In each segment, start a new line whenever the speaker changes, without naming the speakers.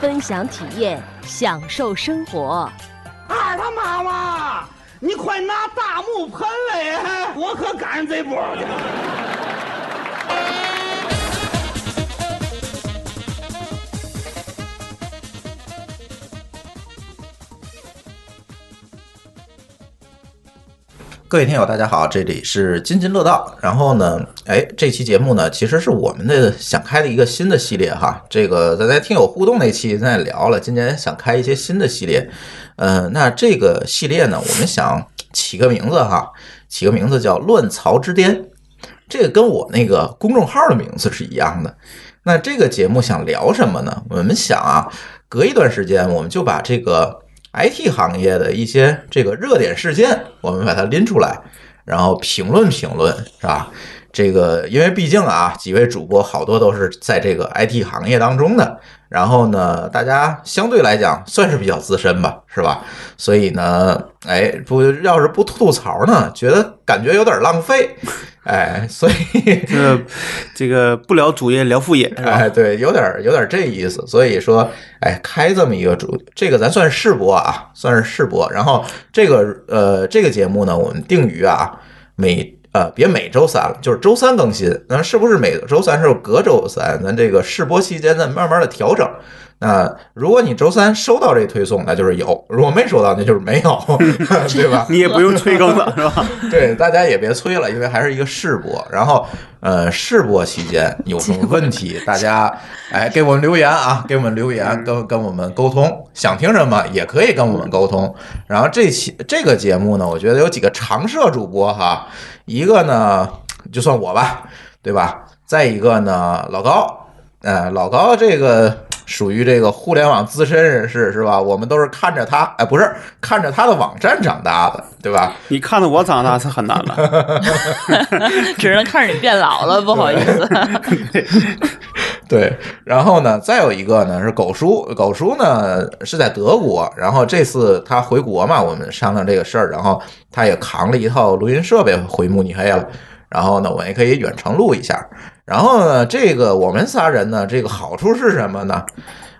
分享体验，享受生活。
二他妈妈，你快拿大木盆来，我可赶上这波去了。
各位听友，大家好，这里是津津乐道。然后呢，哎，这期节目呢，其实是我们的想开的一个新的系列哈。这个咱在听友互动那期咱也聊了，今年想开一些新的系列。呃，那这个系列呢，我们想起个名字哈，起个名字叫“乱曹之巅”。这个跟我那个公众号的名字是一样的。那这个节目想聊什么呢？我们想啊，隔一段时间我们就把这个 IT 行业的一些这个热点事件，我们把它拎出来，然后评论评论，是吧？这个因为毕竟啊，几位主播好多都是在这个 IT 行业当中的，然后呢，大家相对来讲算是比较资深吧，是吧？所以呢，哎，不要是不吐槽呢，觉得感觉有点浪费，哎，所以
呃，这个不聊主业，聊副 业，是吧
哎，对，有点有点这意思。所以说，哎，开这么一个主，这个咱算是试播啊，算是试播。然后这个呃，这个节目呢，我们定于啊每。呃，别每周三了，就是周三更新。那是不是每周三是隔周三？咱这个试播期间，咱慢慢的调整。那如果你周三收到这推送，那就是有；如果没收到，那就是没有， 对吧？
你也不用催更了，是吧？
对，大家也别催了，因为还是一个试播。然后，呃，试播期间有什么问题，大家哎给我们留言啊，给我们留言，跟跟我们沟通，想听什么也可以跟我们沟通。然后这期这个节目呢，我觉得有几个常设主播哈，一个呢就算我吧，对吧？再一个呢，老高，呃，老高这个属于这个互联网资深人士是吧？我们都是看着他，哎，不是看着他的网站长大的，对吧？
你看着我长大是很难了，
只能看着你变老了，不好意思。
对，然后呢，再有一个呢是狗叔，狗叔呢是在德国，然后这次他回国嘛，我们商量这个事儿，然后他也扛了一套录音设备回慕尼黑了，然后呢，我也可以远程录一下。然后呢，这个我们仨人呢，这个好处是什么呢？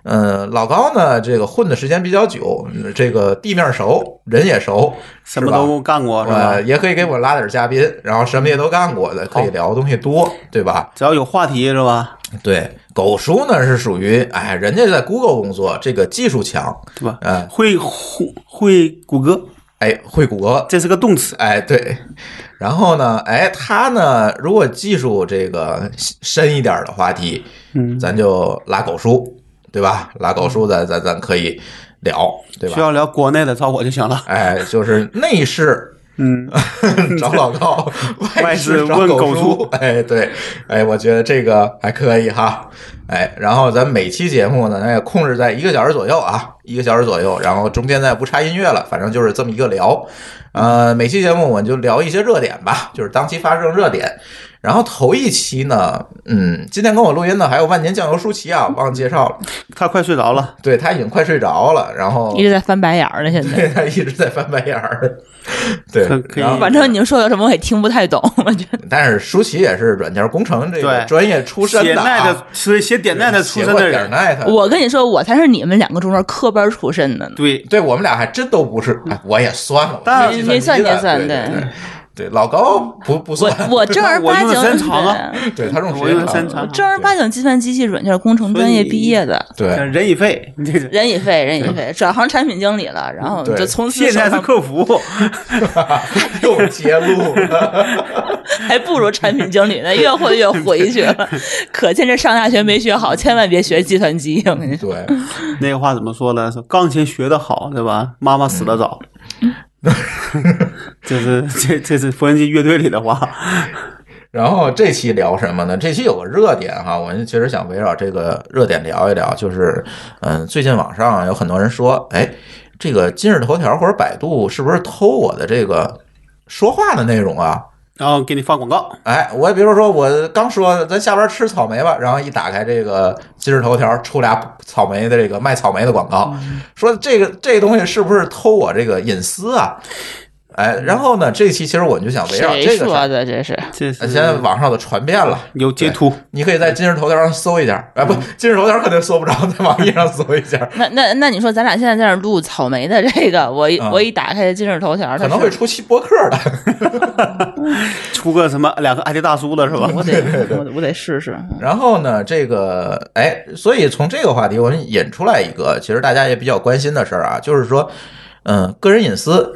嗯，老高呢，这个混的时间比较久，嗯这个地面熟，人也熟，
什么都干过，是吧哎
呃，？也可以给我拉点嘉宾，然后什么也都干过的，可以聊的东西多，对吧？
只要有话题，是吧？
对，狗叔呢是属于哎，人家在 Google 工作，这个技术强，
对吧？
嗯，
会会会谷歌，
哎，会谷歌，
这是个动词，
哎，对。然后呢，哎，他呢，如果技术这个深一点儿的话题，
嗯，
咱就拉狗叔，对吧？拉狗叔咱，咱咱可以聊，对
需
吧？
要聊国内的找我就行了。
哎，就是内饰
嗯，
找老 高，
外
事
事
找
问
狗
狗
叔
叔。
哎，对，哎，我觉得这个还可以哈。哎，然后咱每期节目呢，咱也控制在一个小时左右啊，一个小时左右，然后中间再不插音乐了，反正就是这么一个聊。呃，每期节目我们就聊一些热点吧，就是当期发生热点。然后头一期呢，嗯，今天跟我录音的还有万年酱油舒淇啊，忘了介绍了，
他快睡着了，
对他已经快睡着了，然后
一直在翻白眼儿呢，现在。
对他一直在翻白眼儿，对
可，可以
然后
反正你们说的什么我也听不太懂，
嗯
我觉得
但是舒淇也是软件工程这个
对
专业出身
写
的、
奈
啊
的，，所以写点奈的出身的
点
人，
奈 的，
我跟你说，我才是你们两个中间科班出身的呢。
对，
对我们俩还真都不是，
嗯
哎我也算了，
但
我是
你
算
算
机的
你算
对对
对
对对，老高不不算，
我我正儿
我
八
用
经
的时间长啊
对
对他这种
我
时间
用
长
三
了，
长，啊
正儿八经计算机系软件工程专业毕业的，
对。
人已废， 你这个
人已废，人已废，转行产品经理了，然后
对
就从此
现在
手
是
上
客服，
又揭露了，
还不如产品经理呢，越混越回去 了。可见这上大学没学好，千万别学计算机。我跟你说，
对，
那个话怎么说呢？说钢琴学得好，对吧？妈妈死得早。
嗯
这是这这是缝纫机乐队里的话，
然后这期聊什么呢？这期有个热点哈，我们其实想围绕这个热点聊一聊，就是嗯，最近网上有很多人说，哎，这个今日头条或者百度是不是偷我的这个说话的内容啊？
然后给你发广告，
哎，我也比如说，我刚说咱下班吃草莓吧，然后一打开这个今日头条，出俩草莓的这个卖草莓的广告，
嗯
说这个这东西是不是偷我这个隐私啊？哎，然后呢，这期其实我们就想围绕
谁
这个事
说
儿，
的嗯这是？
这
呃
是
现在网上的传遍了，
有截图，
你可以在今日头条上搜一下，哎，不，
嗯
今日头条肯定搜不着，在网易上搜 一下，
那那那你说咱俩现在在那儿录草莓的这个，我一、
啊
我一打开今日头条，它
可能会
是
出期播客的。
出个什么两个阿迪大叔的是吧？
我得我得我得试试。
然后呢，这个哎，所以从这个话题我们引出来一个，其实大家也比较关心的事儿啊，就是说，嗯、个人隐私，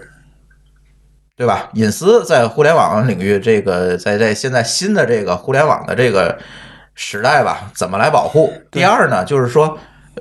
对吧？隐私在互联网领域，这个在在现在新的这个互联网的这个时代吧，怎么来保护？第二呢，就是说，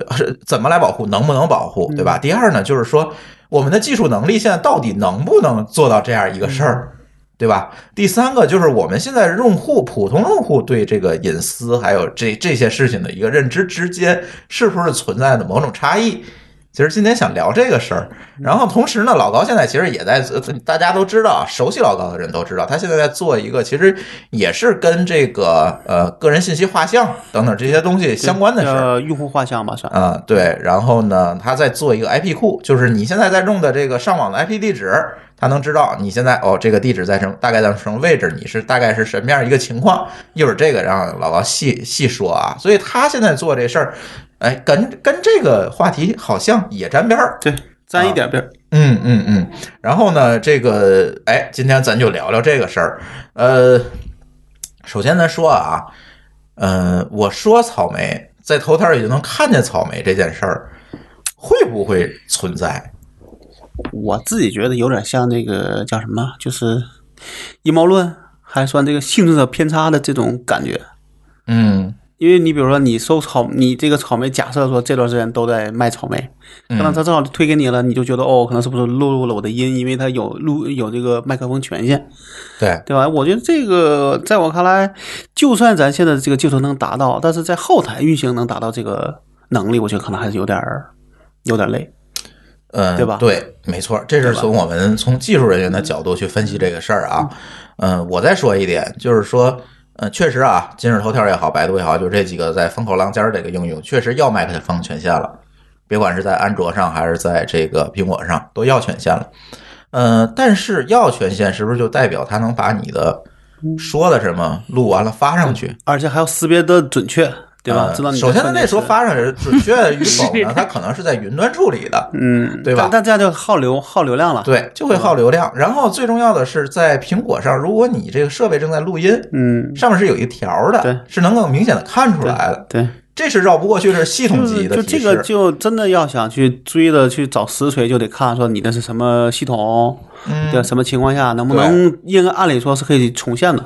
呃是怎么来保护，能不能保护，对吧？第二呢，就是说，我们的技术能力现在到底能不能做到这样一个事儿？对吧？第三个就是我们现在用户普通用户对这个隐私还有这这些事情的一个认知之间是不是存在的某种差异？其实今天想聊这个事儿，然后同时呢，老高现在其实也在，呃大家都知道，熟悉老高的人都知道，他现在在做一个其实也是跟这个呃个人信息画像等等这些东西相关的事儿。
呃，用户画像吧算，
啊、对，然后呢，他在做一个 IP 库，就是你现在在用的这个上网的 IP 地址，他能知道你现在哦这个地址在什么大概在什么位置，你是大概是什么样一个情况。一会儿这个让老高细细说啊，所以他现在做这事儿，哎，跟跟这个话题好像也沾边儿。
对，沾一点边儿，
嗯嗯嗯，然后呢，这个哎，今天咱就聊聊这个事儿。呃，首先咱说啊，呃，我说草莓在头条也就能看见草莓这件事儿，会不会存在？
我自己觉得有点像那个叫什么，就是阴谋论，还算这个性质的偏差的这种感觉。
嗯
因为你比如说你收草，你这个草莓，假设说这段时间都在卖草莓，
嗯
可能他正好推给你了，你就觉得哦，可能是不是录入了我的音，因为他有录有这个麦克风权限，
对，
对吧？我觉得这个在我看来，就算咱现在这个技术能达到，但是在后台运行能达到这个能力，我觉得可能还是有点儿有点累。
嗯，
对吧
对，没错，这是从我们从技术人员的角度去分析这个事儿啊。嗯，我再说一点，就是说，嗯，确实啊，今日头条也好，百度也好，就这几个在风口浪尖儿这个应用，确实要麦克风权限了，别管是在安卓上还是在这个苹果上，都要权限了。嗯，但是要权限是不是就代表它能把你的说的什么录完了发上去？
而且还要识别的准确，嗯对吧？
呃
知道你
首先，
它
它那时候，发上去准确 与否呢，它可能是在云端处理的。
嗯，
对吧
但但这样就耗流耗流 量了，，
对，就会耗流量。然后最重要的是，在苹果上，如果你这个设备正在录音，
嗯，
上面是有一条
对
的，是能够明显的看出来的。
对。
这是绕不过去，这是系统级的
就
提
这
示。
个就真的要想去追的去找实锤，就得看说你的是什么系统，
嗯
对、什么情况下能不能应该按理说是可以重现的，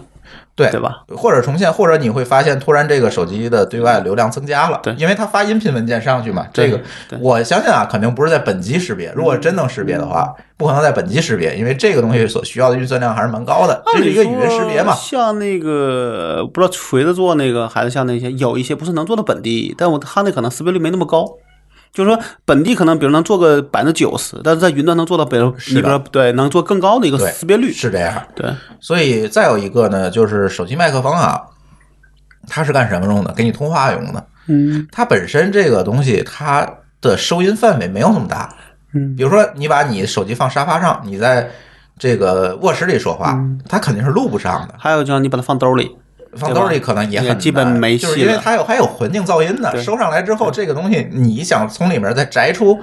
对
对？吧？
或者重现，或者你会发现突然这个手机的对外流量增加了，
对
因为它发音频文件上去嘛。
对
这个
对
我相信啊，肯定不是在本机识别。如果真能识别的话，
嗯
不可能在本机识别，因为这个东西所需要的运算量还是蛮高的。这是一个语音识别嘛
按理说？像那个不知道锤子做那个，还是像那些有一些不是能做到本地，但我他那可能识别率没那么高。就是说，本地可能比如能做个百分之九十，但是在云端能做到比如
是
你
的
比如说对能做更高的一个
对
识别率，
是这样。
对
所以再有一个呢，就是手机麦克风啊，它是干什么用的？给你通话用的。
嗯，
它本身这个东西，它的收音范围没有那么大。
嗯
比如说你把你手机放沙发上，你在这个卧室里说话，它肯定是录不上的。
还有就是你把它放兜里，
放兜里可能也很
也基本
难
没戏
就
了
是因为它有还有环境噪音的，
对
收上来之后，这个东西你想从里面再摘出，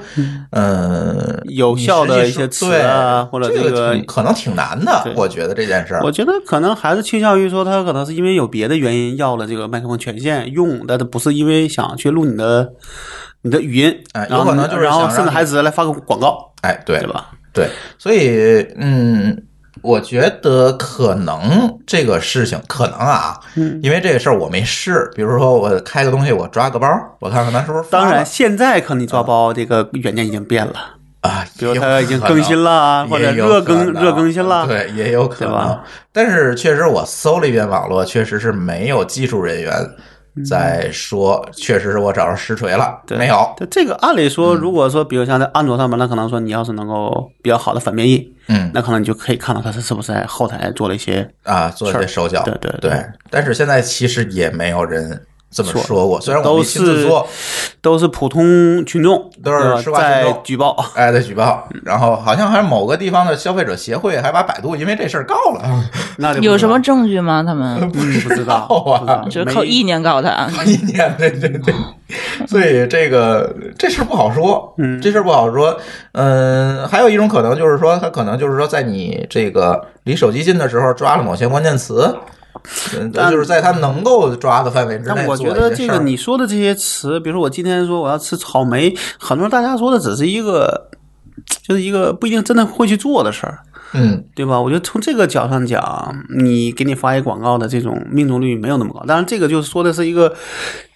嗯，
有效的
你实际
一些
说
词啊
对
或者
这
这个
挺可能挺难的
对，
我觉得这件事儿
我。觉得可能还是倾向于说，他可能是因为有别的原因要了这个麦克风权限用，但是不是因为想去录你的你的语音，
哎
然后
有可能就是
然后
想让
甚至
你
还直接来发个广告，
哎，对
对吧？
对，所以嗯，我觉得可能这个事情可能啊，
嗯
因为这个事儿我没试。比如说我开个东西，我抓个包，我看看它是不是发
当
了
然，现在可能你抓包这个软件已经变了，
啊，
比如
也有
它已经
可
更
能
新了啊，或者
也有
热
可
更
能
热更新了，
对，也有可
对
能
吧。
但是确实，我搜了一遍网络，确实是没有技术人员在说，确实是我找着实锤了，
嗯对
没有。
对这个按理说，如果说比如像在安卓上面，那可能说你要是能够比较好的反编译，
嗯
那可能你就可以看到它是是不是在后台做了一些
啊，做一
事
些
儿
手脚，
对对
对
对
但是现在其实也没有人这么
说
说过，虽然我
都
们亲自
是
做，
都是普通群众，
都是
对吧
吃瓜群
在
众
举报。
哎，在举报，然后好像还是某个地方的消费者协会还把百度因为这事儿告了，
那就不知道
有什么证据吗？他们
嗯不 知道
啊
不知
就是
道
靠
没
意念告他，啊
一年，对对对，所以这个这事儿不好说，
嗯
这事儿不好说，嗯，还有一种可能就是说，他可能就是说，在你这个离手机近的时候抓了某些关键词，嗯，
但
就是在他能够抓的范围之内
但我
做
觉
了
得
一些
这
事
个
儿。
你说的这些词，比如说我今天说我要吃草莓，很多人大家说的只是一个，就是一个不一定真的会去做的事儿，
嗯，
对吧？我觉得从这个角上讲，你给你发一广告的这种命中率没有那么高。当然，这个就是说的是一个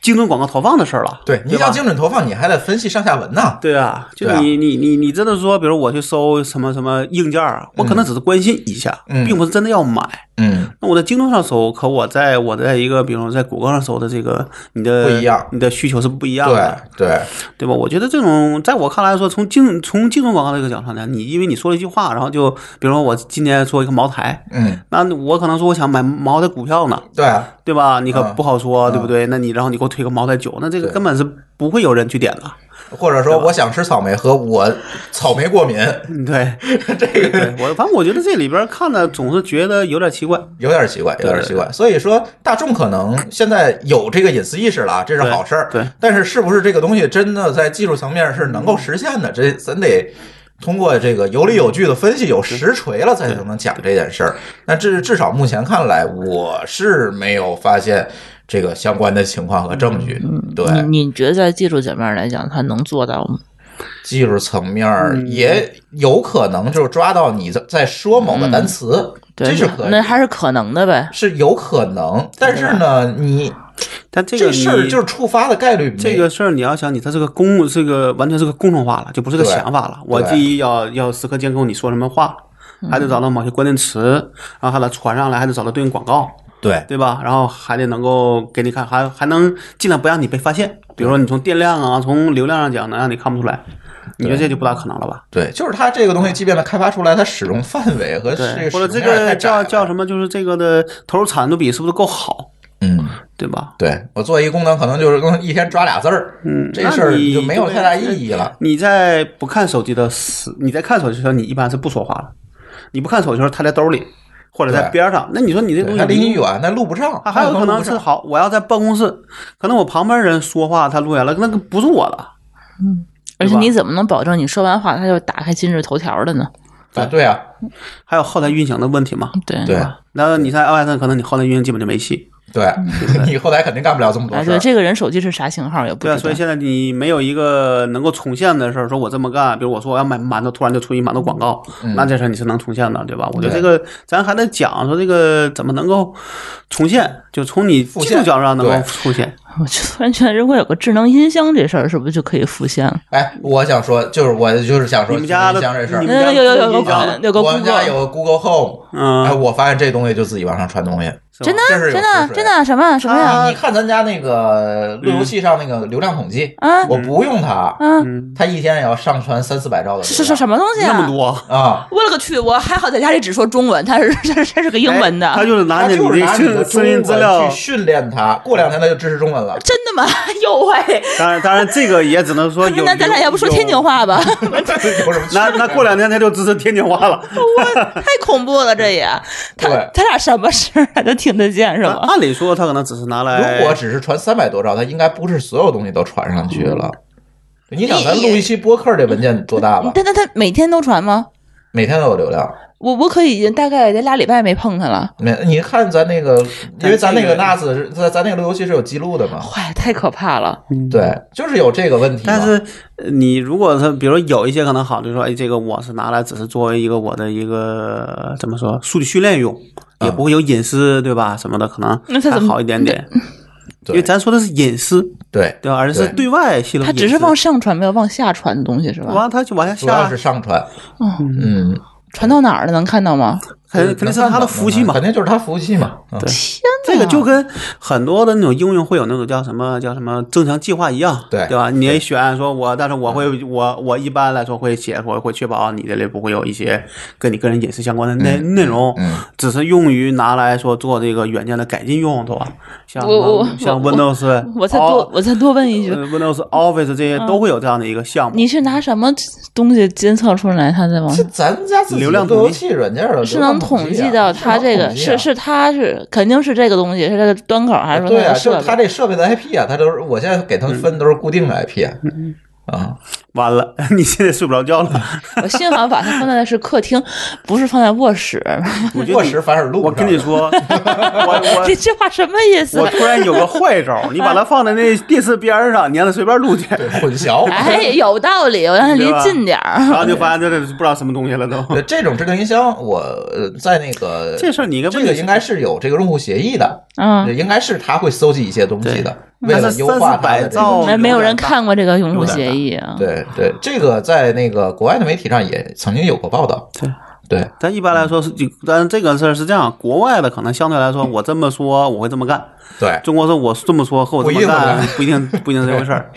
精准广告投放的事儿了，
对，你
对吧
想精准投放，你还得分析上下文呢。
对啊，就
对啊
你、你你你真的说，比如我去搜什么什么硬件儿，啊我可能只是关心一下，
嗯
并不是真的要买。
嗯，
那我在京东上搜，可我在我在一个，比如说在谷歌上搜的这个，你的
不一样
你的需求是不一样
对
的，
对，
对吧？我觉得这种，在我看来说，从竞从竞争广告这个角度上讲，你因为你说了一句话，然后就比如说我今年说一个茅台，
嗯，
那我可能说我想买茅台股票呢，
对啊，
对吧？你可
嗯
不好说，对不对？那你然后你给我推个茅台酒，那这个
对
根本是不会有人去点的。
或者说我想吃草莓和我草莓过敏，
嗯 对，这个我反正我觉得这里边看的总是觉得有点奇怪。
有点奇怪，有点奇怪。所以说，大众可能现在有这个隐私意识了啊，这是好事儿。
对对
但是是不是这个东西真的在技术层面是能够实现的？这咱得。通过这个有理有据的分析，有实锤了，才能讲这件事儿。那至至少目前看来，我是没有发现这个相关的情况和证据。对，
嗯你你觉得在技术层面来讲，他能做到吗？
技术层面儿
嗯
也有可能就抓到你在在说某个单词，
嗯对，
这是可以
那还是可能的呗。
是有可能，但是呢，你
但这
这
个
事儿
你
就是触发的概率没，
这个事儿，你要想你它是个公，是个完全是个公众化了，就不是个
对
想法了。我
对
第一要要时刻监控你说什么话，还得找到某些关键词，然后还得传上来，还得找到对应广告，
对
对吧？然后还得能够给你看，还还能尽量不让你被发现。比如说你从电量啊，从流量上讲，能让你看不出来，你觉得这就不大可能了吧？
对，就是它这个东西，即便它开发出来，它使用范围和这
对，
个
或者
使用
这
面儿
个
太窄
叫
了
叫什么，就是这个的投入产出比是不是够好，
嗯，
对吧？
对我做一功能，可能就是跟一天抓俩字儿，
嗯，
这
那
事儿
你
就没有
对
太大意义了。
你在不看手机的时，你在看手机的时候，你一般是不说话的。你不看手机的时候，它在兜里或者在
对
边上，那你说你这东
对
西
它离你。远，它录不上，
啊，还有
它
可
录
能
不
是
上。
好，我要在办公室，可能我旁边人说话，他录下来，那个不是我的，
而且
对吧
你怎么能保证你说完话他就打开今日头条了呢？
啊，对啊，
嗯还有后台运行的问题嘛。
对
对
那你在 iOS 上可能你后台运行基本就没戏，
对，
嗯
你后台肯定干不了这么多
哎，
事
对，
儿。
这个人手机是啥型号也不知
对
道。
啊，所以现在你没有一个能够重现的事儿，说我这么干，比如我说我要买馒头，突然就出一馒头广告，那这事儿你是能重现的，对吧？我觉得
嗯对
这个咱还得讲说这个怎么能够重现，就从你技
现
术角度上能
对
够重现。
我就突然觉得，如果有个智能音箱这事儿，是不是就可以复现了？
哎，我想说，就是我就是想说，
你们家的
音箱这事儿
你们，家
嗯有有有
有
有
音箱
个有个
我们
Google，
啊
家有个 Google Home，哎，
嗯，
我发现这东西就自己往上传东西，
是吧
真的
这是有
真
实
的
锤
真的什么什么呀？
你
啊
你看咱家那个路由器上那个流量统计，
啊
我不用它，
啊，
它一天也要上传三四百兆的流量。
是是什么东西啊？
嗯那么多，
啊？
我勒个去！我还好在家里只说中文，他是这这是个英文的，
哎他就是拿
它
着
就是
的
拿你的
声
中
声音资
文
料
去。训练它，过两天它就支持中 文了。
真的吗？哟喂！
当然，当然，这个也只能说有。
那咱俩要不说天津
有？
话 吧？
有什么区别？
那那过两天他就支持天津话了。
太恐怖了，这也他
对
他俩什么声儿他都听得见是
但
吗？
按理说，他可能只是拿来。
如果只是传三百多兆，它应该不是所有东西都传上去了。你想，咱录一期播客这文件多大吧？
但但他每天都传吗？
每天都有流量。
我我可以大概得俩礼拜没碰他了，
没，你看咱那个，因为咱那个
但
NAS 是咱咱那个路由器是有记录的嘛？
坏太可怕了。
对，就是有这个问题嘛。
嗯但是呃你如果是比如说有一些可能好，就是说，哎，这个我是拿来只是作为一个我的一个呃怎么说数据训练用，也不会有隐私，对吧？什么的可能
嗯那它
还
怎么
好一点点。因
对
为咱说的是隐私，
对
对吧？而是
对
对外泄露
它
的隐私，
只是往上传，没有往下传的东西是吧？
完，他就往下
主要是
下，
上传，
嗯，
嗯，
传到哪儿了？能看到吗？
肯肯定是他的服务器嘛
肯。定就是他服务器嘛，嗯
对
天哪，
这个就
啊
跟很多的那种应用会有那种叫什么叫什么增强计划一样，
对
对吧？你也选说我，但是我会我我一般来说会写说会确保你这里不会有一些跟你个人隐私相关的内、内容，
嗯
只是用于拿来说做这个软件的改进用，对吧？像
我我
像
我
Windows，
我再
All-
多我再多问一句，
呃 Windows Office 这些都会有这样的一个项目。
嗯你是拿什么东西监测出来它在往
嗯这
上？
咱家自己
流量
路
统
由
计
器软件的
是能统计
啊
到它这个是是它是肯定是这个东西是它的端口还是说
对
它
啊，
的
就是
设
它
备？
这设备的 IP 啊，它都是我现在给他们分都是固定的 IP 啊，
嗯
啊，
完了， 你现在睡不着觉 了。
我幸好把它放在的是客厅，不是放在卧室。
我觉
卧
得你
室反而录
我
不上
跟你说，我
这这话什么意思
我我？突然有个坏招儿，你把它放在那电视边儿上，你让它随便录去，
混淆。
哎，有道理，我让它离近点
然
儿。
后就发现这这不知道什么东西了都。
呃，这种智能音箱，我呃在那个
这事儿你应该
这
问
个
一下
应该是有这个用户协议的，
嗯，
应该是他会搜集一些东西的，为
但
了
是
优
三
化
四
它
百
的这个
兆，
没没有人看过这个用户协议啊。
对对，这个在那个国外的媒体上也曾经有过报道。
对
对，
咱一般来说是，但这个事儿是这样，国外的可能相对来说，我这么说我会这么干，
对，
中国说我这么说和我这么干不一定不一定是这回 事儿，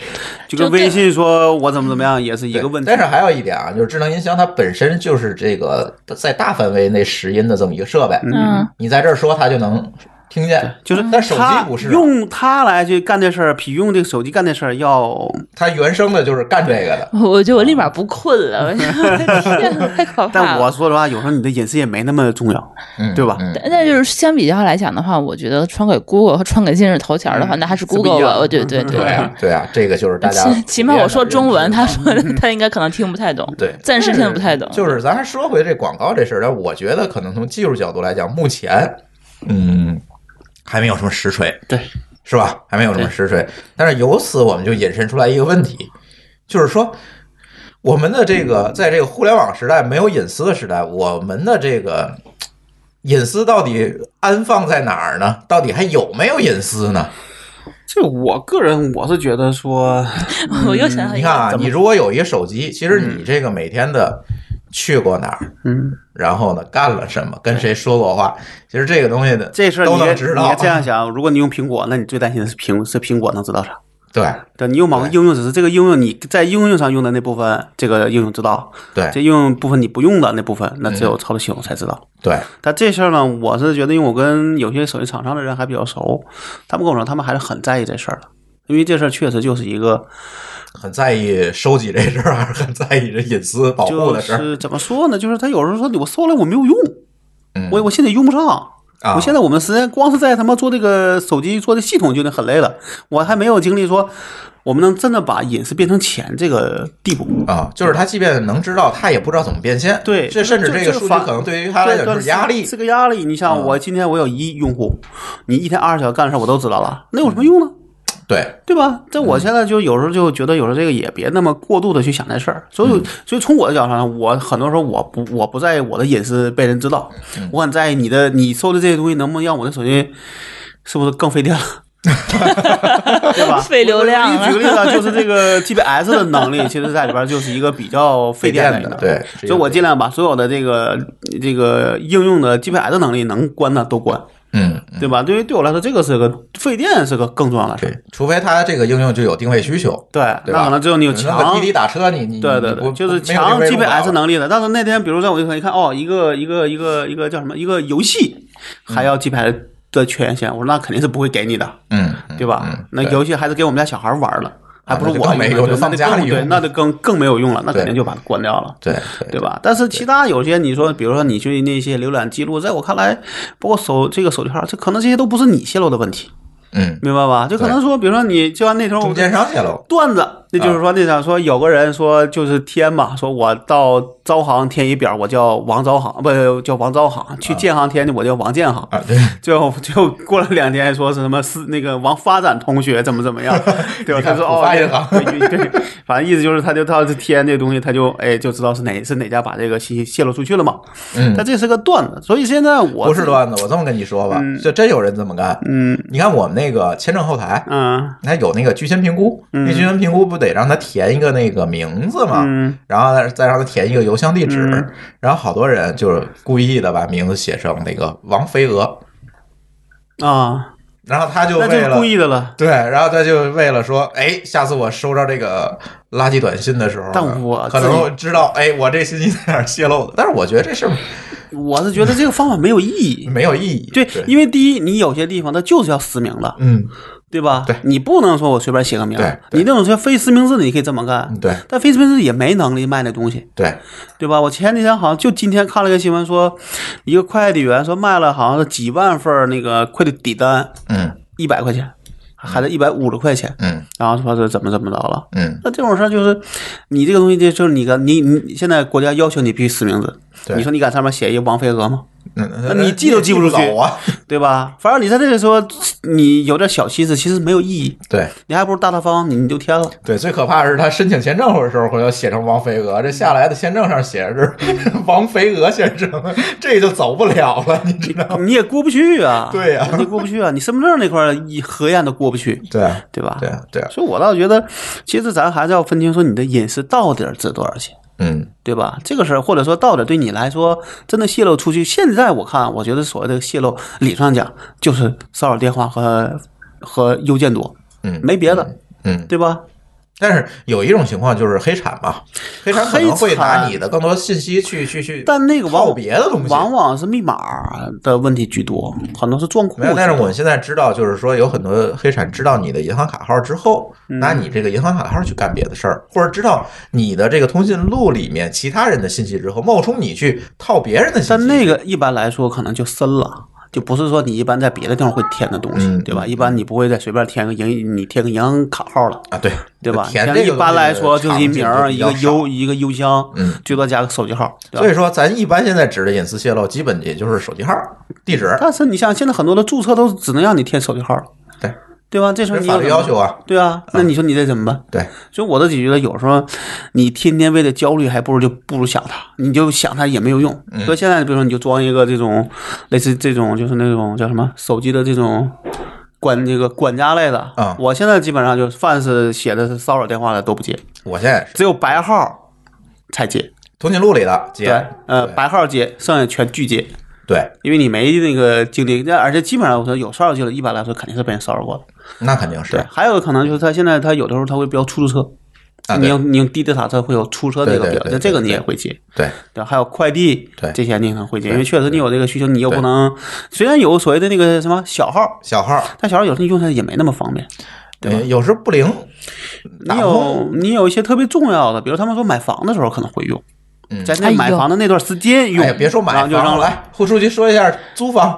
就跟微信说我怎么怎么样也是一个问题
但。是还有一点啊，就是智能音箱它本身就是这个在大范围内拾音的这么一个设备，
嗯，
你在这儿说它就能听见，
就是
但手机
他
不是啊，
用它来去干这事儿，比用这个手机干这事儿要
它原生的就是干这个的。
我觉得我立马不困了，我天 哪，太可怕
但
了
我。说实话，有时候你的隐私也没那么重要，
嗯
对吧
嗯
但但就是相比较来讲的话，我觉得传给 Google 和传给今日头条
嗯
的话，那还是
是不一
Google
样
吧。
的
我对对对
对啊，对啊，这个就是大家
起起码我说中文，
普
他
遍的认知啊嗯
说的他应该可能听不太懂，
对
暂时听不太懂。
嗯就是咱还说回这广告这事儿，但我觉得可能从技术角度来讲，目前嗯还没有什么实锤，
对，
是吧？还没有什么实锤。但是由此我们就引申出来一个问题，就是说。我们的这个，在这个互联网时代没有隐私的时代，我们的这个隐私到底安放在哪儿呢？到底还有没有隐私呢？
这我个人我是觉得说，
我又想到
你
一
看
个，
啊，你如果有一个手机，其实你这个每天的去过哪儿，
嗯，
然后呢干了什么，跟谁说过话，其实这个东西的
这事儿
都
你也
能知
你
道
也。这样想，如果你用苹果，那你最担心的是苹是苹果能知道啥？
对
对，你用某个应用，只是这个应用你在应用上用的那部分，这个应用知道；这
对嗯
应用部分你不用的那部分，那只有操作系统才知道。
对，
但这事儿呢，我是觉得，因为我跟有些手机厂商的人还比较熟，他们跟我说，他们还是很在意这事儿的，因为这事儿确实就是一个
很在意收集这事儿，还是很在意这隐私保护
就
的事儿
是怎么说呢？就是他有时候说我搜来我没有用，
嗯
我我现在用不上。
啊。
我现在我们时间光是在他妈做这个手机做这系统就已经很累了，我还没有精力说我们能真的把隐私变成钱这个地步。
啊，就是他即便能知道，他也不知道怎么变现。
对，
这甚至
这
这个数据可能对于他来讲是压力
这。个压力，你像
嗯
我今天我有一用户，你一天二十小时干的事儿我都知道了，那有什么用呢？
对，
对吧？
嗯
这我现在就有时候就觉得，有时候这个也别那么过度的去想这事儿。
嗯
所以，所以从我的角度上，我很多时候我不我不在意我的隐私被人知道，我很在意你的你搜的这些东西能不能让我的手机是不是更费 电了。对吧？
费流量
我
啊
我举个例子啊，就是 这个 GPS 的能力，其实在里边就是一个比较费电
费
一
电的
个
对
所以我尽量把所有的这个这个应用的 GPS 的能力能关的都关，
嗯，
对吧？对于对我来说，这个是个费电是个更重要的事儿。
对，除非他这个应用就有定位需求，
对，
对吧
那可能只有你有强
那，个滴滴打车，你你
对对
你不
对，就是
没有定
强
位用不了
GPS 能力的。但是那天，比如在我这上一看，哦，一个一个一个一个叫什么，一个游戏还要 GPS 的权限，我说那肯定是不会给你的，
嗯，嗯
对吧？
嗯
那
对啊
游戏还是给我们家小孩玩了，还不
那
是
就
我
更没
用
用
的
就放
那
家
更
里
对，
用
那就更更没有用了，那肯定
对
就把它关掉了。
对对
对吧？但是其他有些你说，比如说你去那些浏览记录，在我看来，包括手这个手机号，这可能这些都不是你泄露的问题，
嗯，
明白吧？就可能说，比如说你就像那时候我
中间商泄露，
段子，那就是
啊
说那啥，说有个人说就是天嘛，说我到招行填一表，我叫王招行，不叫王招行；去建行填的，我叫王建行。
啊，对，
最后就过了两天，说是什么是那个王发展同学怎么怎么 样，对吧？
你
他
看
说
浦
哦
发银行，
对对，对反正意思就是他就他填这东西，他就哎就知道是哪是哪家把这个信息泄露出去了嘛。
嗯
但，这是个段子，所以现在我
不是，段子，我这么跟你说吧，就真有人这么干。
嗯
你看我们那个签证后台，
嗯
那有那个居签评估，那居签评估不得让他填一个那个名字吗？
嗯
然后呢再让他填一个邮箱地址，
嗯
然后好多人就是故意的把名字写成那个王飞蛾，
啊，
然后他就
那就
为
是
了
故意的了。
对，然后他就为了说，哎，下次我收到这个垃圾短信的时候呢，
但我
可能我知道，哎，我这信息在哪儿泄露的，但是我觉得这事儿
我是觉得这个方法没有意义。
没有意义。
对，
对，
因为第一，你有些地方它就是要实名的，
嗯，
对吧？
对
你不能说我随便写个名
对，对嗯
你那种说非实名制的，你可以这么干。
对
但非实名制也没能力卖那东西，
对，
对吧？我前几天好像就今天看了一个新闻说，一个快递员说卖了好像是几万份儿那个快递底单，
嗯
一百块钱，还是一百五十块钱，
嗯
然后说是怎么怎么着了。
嗯，
那这种事儿就是，你这个东西就是你个你你现在国家要求你必须实名制，
对
你说你敢上面写一个王飞蛾吗？
那
那你记都记不住去
老 啊。
对吧？反正你在这里说你有点小心思，其实没有意义，
对
你还不如大大方方你你就填了。
对，最可怕的是他申请签证的时候，回头写成王飞蛾，这下来的签证上写着是 王飞蛾先生，这就走不了了，你知道吗？
你也过不去啊，
哦对呀
你过不去啊，你身份证那块儿一核验都过不去，
对啊
对吧？
对啊对啊，
所以我倒觉得，其实咱还是要分清说你的隐私到底儿值多少钱，
嗯
对吧？这个事儿或者说到底对你来说真的泄露出去，现在我看，我觉得所谓的泄露，理上讲就是骚扰电话和和邮件多，
嗯
没别的，
嗯，
对吧？
但是有一种情况就是黑产嘛，黑产可能会
黑产
拿你的更多信息去去去，
但那个往
套别的东西。
往往是密码的问题居多，很多是撞库居
没
多。
有，但是我们现在知道，就是说有很多黑产知道你的银行卡号之后，
嗯
拿你这个银行卡号去干别的事儿，或者知道你的这个通讯录里面其他人的信息之后，冒充你去套别人的信息。
但那个一般来说可能就深了，就不是说你一般在别的地方会填的东西，
嗯
对吧？一般你不会再随便填个银，你填个银行卡号了。
啊，对
对吧？
填
像
这个
一般来说
东
就是
西
一
的
名
场
儿、
景
一
就
个
比较少
邮、一个邮箱，
嗯
最多加个手机号，对
所
吧？
以说，咱一般现在指的隐私泄露，基本也就是手机号、地址，
但是你像现在很多的注册都只能让你填手机号了，
对
对吧？这时候
这
你
法律
要
要
怎
求
么
啊。
对啊，那你说你得怎么办？
对，
所以我自己觉得，有时候你天天为了焦虑，还不如就不如想它，你就想它也没有用。
嗯
所以现在，比如说你就装一个这种类似这种，就是那种叫什么手机的这种管这个管家类的。
嗯
我现在基本上就是凡是写的是骚扰电话的都不接，
我现在也是
只有白号才接。
通讯录里的姐，
对，呃，
对
白号接，剩下全拒接。
对，
因为你没那个精力，那而且基本上我说有骚扰记录，一般来说肯定是被人骚扰过的。
那肯定是
对，还有可能就是他现在他有的时候他会标出租车，
啊，
你
对
用你用滴滴打车会有出租车这个
对对
表，
对对
那这个你
对
也会接，
对
对吧，还有快递，
对
这些你可能会接，
对
因为确实你有这个需求，你又
对
不能，虽然有所谓的那个什么小号，
小号，
但小号有时候你用起来也没那么方便。对吧
呃有时候不灵，打
你
不
有
通
你有一些特别重要的，比如他们说买房的时候可能会用，
嗯
哎
在那买房的那段时间用，
哎呀，别说
然
买
后就扔
房，
了。
来，胡书记说一下租房，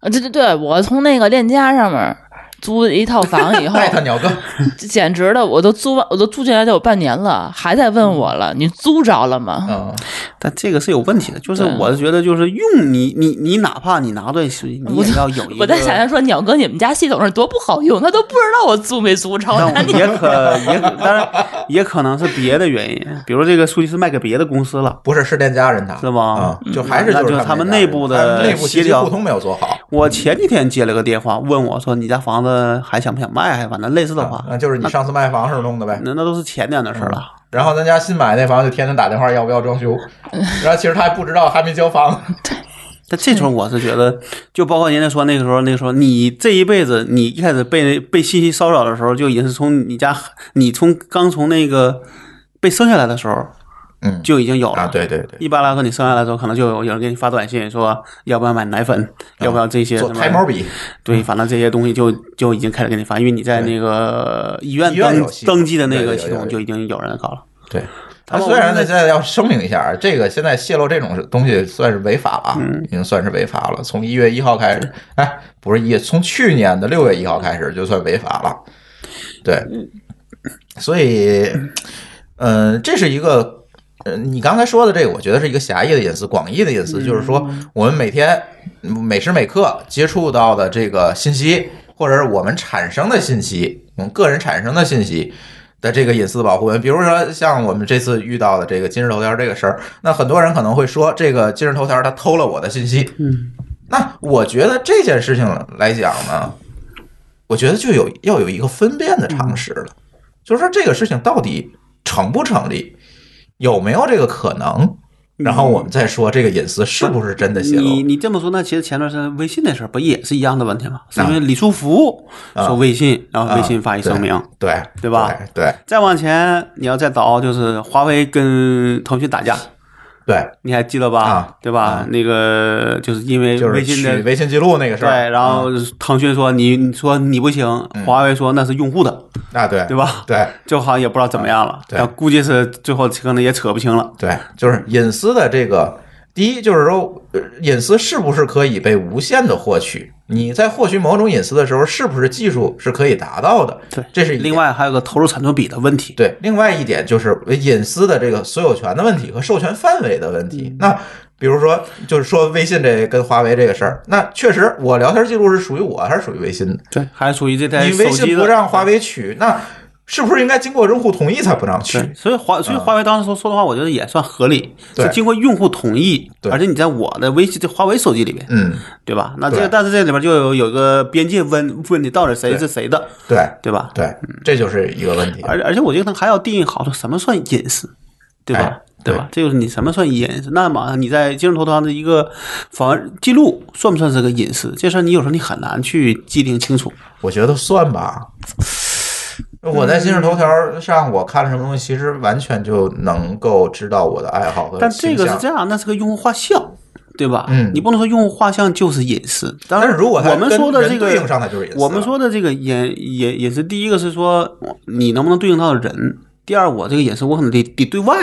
啊，对对对，我从那个链家上面租一套房 以后，
带他鸟哥，
简直的，我都租完，我都住进来得有半年了，还在问我了，你租着了吗？
哦
嗯，
但这个是有问题的，就是
对
我是觉得就是用你你你哪怕你拿对手，你
我
也
就
要有一个。
我在想象说，鸟哥，你们家系统是多不好用，他都不知道我租没租着。
但也可也可，当然也可能是别的原因，比如这个数据是卖给别的公司了。
不是是店家人打，
是吗
嗯，就还是
那
是
就是他
们
们
家
内
人
部
他们
的
内部信
协
息
调
互通没有做好，
我前几天接了个电话，问我说：“你家房子还想不想卖？”还反正类似的话，哎
啊，嗯就是你上次卖房时候弄的呗。
那那都是前年的事儿了。
然后咱家新买那房就天天打电话要不要装 修，然后其实他还不知道还没交房，
但这时候我是觉得，就包括人家说那个时候，那个时候你这一辈子，你一开始被被信息骚扰的时候，就已经是从你家，你从刚从那个被生下来的时候
嗯，
就已经有了。
啊，对对对，
一般来说，你生下来的时候，可能就有有人给你发短信说，要不要买奶粉，要不要这些什
做
么
胎毛笔，嗯
对，反正这些东西就就已经开始给你发，因为你在那个医院
医院
登
有系统
登记的那
对
个
有
系
有
统
有
就已经有人搞了。
对。他
他们
虽然呢，
我觉得
现在要声明一下，啊这个现在泄露这种东西算是违法了，啊
嗯
已经算是违法了。从一月一号开始，
嗯
哎，不是一月，从去年的六月一号开始就算违法了。对，所以，嗯、这是一个。呃，你刚才说的这个，我觉得是一个狭义的隐私，广义的隐私就是说，
嗯
我们每天每时每刻接触到的这个信息，或者是我们产生的信息，我们个人产生的信息的这个隐私保护。比如说，像我们这次遇到的这个今日头条这个事儿，那很多人可能会说，这个今日头条他偷了我的信息。
嗯，
那我觉得这件事情来讲呢，我觉得就有要有一个分辨的常识了，
嗯
就是说这个事情到底成不成立，有没有这个可能，然后我们再说这个隐私是不是真的泄
你
露。
你这么说，那其实前段时间微信那事儿不也是一样的问题吗？
啊
是因为李书福说微信，然后微信发一声明。
啊对
对吧？
对
再往前，你要再倒，就是华为跟腾讯打架，
对
你还记得吧？
啊
对吧？
啊
那个就是因为
对，就是
微信的
取微信啊记录那个事儿。
对，然后腾讯说你你说你不行，华为说那是用户的，
啊，嗯对
对吧？
对
就好像也不知道怎么样了，
对
但估计是最后可能也扯不清了。
对，就是隐私的这个，第一就是说，呃隐私是不是可以被无限的获取？你在获取某种隐私的时候，是不是技术是可以达到的？
对
这是一点
另外还有个投入产出比的问题，
对，另外一点就是呃隐私的这个所有权的问题和授权范围的问
嗯
题。那比如说，就是说微信这跟华为这个事儿，那确实我聊天记录是属于我还是属于微信的？
对，还属于这台
你
手
微
机
信
的嗯
不让华为取，那是不是应该经过用户同意才不让取？
对，所以华所以华为当时说说的话，我觉得也算合理，
嗯对
是经过用户同意，
对
而且你在我的微信这华为手机里面，
嗯，
对吧？那这个
对
但是这里边就有有一个边界问问题，到底谁
对
是谁的，
对
对吧？
对，这就是一个问题。
而而且我觉得还要定义好，说什么算隐私，对吧？
哎
对吧？这就是你什么算隐私。那么你在今日头条的一个访问记录，算不算是个隐私？这事儿你有时候你很难去界定清楚。
我觉得算吧。我在今日头条上我看了什么东西，其实完全就能够知道我的爱好和
但这个
倾
是
向
这样，那是个用户画像，对吧？
嗯
你不能说用户画像就是隐私。当然，
但是如果它
我们
跟
说的
人
这个
对应上它就是隐私
我们
了
说的这个隐隐隐私，第一个是说你能不能对应到人，第二我这个隐私我可能得得对外，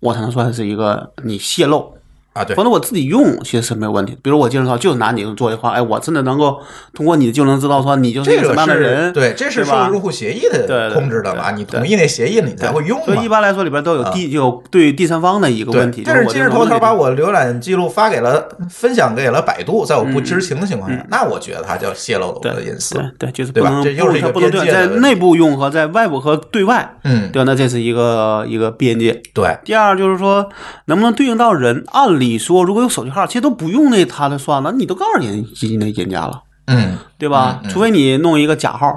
我才能算是一个你泄露。
啊，对
反，正我自己用其实是没有问题。比如我接触到，就拿你做一话，哎，我真的能够通过你就能知道说你就是一
这
什么
个
样的
是
人，
对，这是
吧
受用户协议
对
的
对
控制的嘛？
对
你同意那协议，你才会用
所以一
嘛。嗯
般来说里边都有第有对第三方的一个
对
问，题。
但是
就
今
是
日
我
头
这
条
个
把我浏览记录发给了、分享给了百度，在我不知情的情况下，那我觉得它叫泄露了我
对
的隐私。
嗯对对，就是
对
不
吧
能
这又是一个
不能对
边界的
在
问题
内部用和在外部和对外，
嗯，
对吧，那这是一个一个边界。
对，
第二就是说，能不能对应到人？按理说，如果有手机号，其实都不用那他的算了，你都告诉人人人家了。
嗯，
对吧？除非你弄一个假号，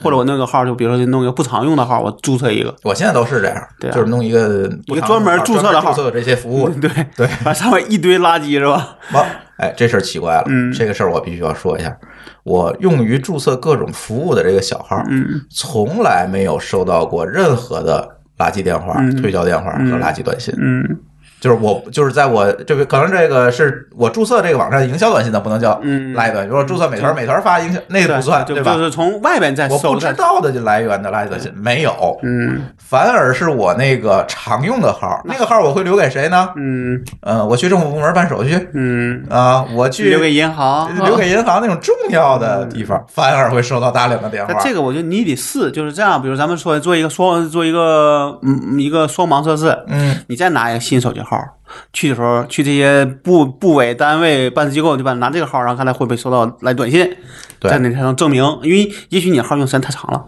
或者我弄个号，就比如说就弄一个不常用的号，我注册一个，
我现在都是这样，
对啊
就是弄一个不
一个
常
专门
用
注册的
专门
号嗯
注册这些服务。
对
嗯对，
把上面一堆垃圾是吧？
哇，哎，这事儿奇怪了，
嗯
这个事儿我必须要说一下。我用于注册各种服务的这个小号，
嗯
从来没有收到过任何的垃圾电话、推销电话和垃圾短信。
嗯，
就是我，就是在我这个可能这个是我注册这个网站营销短信的，不能叫
嗯
垃圾短信。如果注册美团，美团发营销那个不算，
就
对
就
吧？
是从外边再
我
搜
不知
的。
道的来源的垃圾短信没有，
嗯
反而是我那个常用的号，那个号我会留给谁呢？
嗯
呃，我去政府部门办手续
嗯，
啊，我去
留给银行。
留给银行那种重要的地方，反而会收到大量的电话
那。嗯这个我觉得你得试，就是这样。比如咱们说做一个双做一个嗯一个双盲测试，
嗯，
你再拿一个新手机号去的时候，去这些部部委单位办事机构，对吧？拿这个号，然后看他会不会收到来短信，
对
这样你才能证明，因为也许你的号用时间太长了，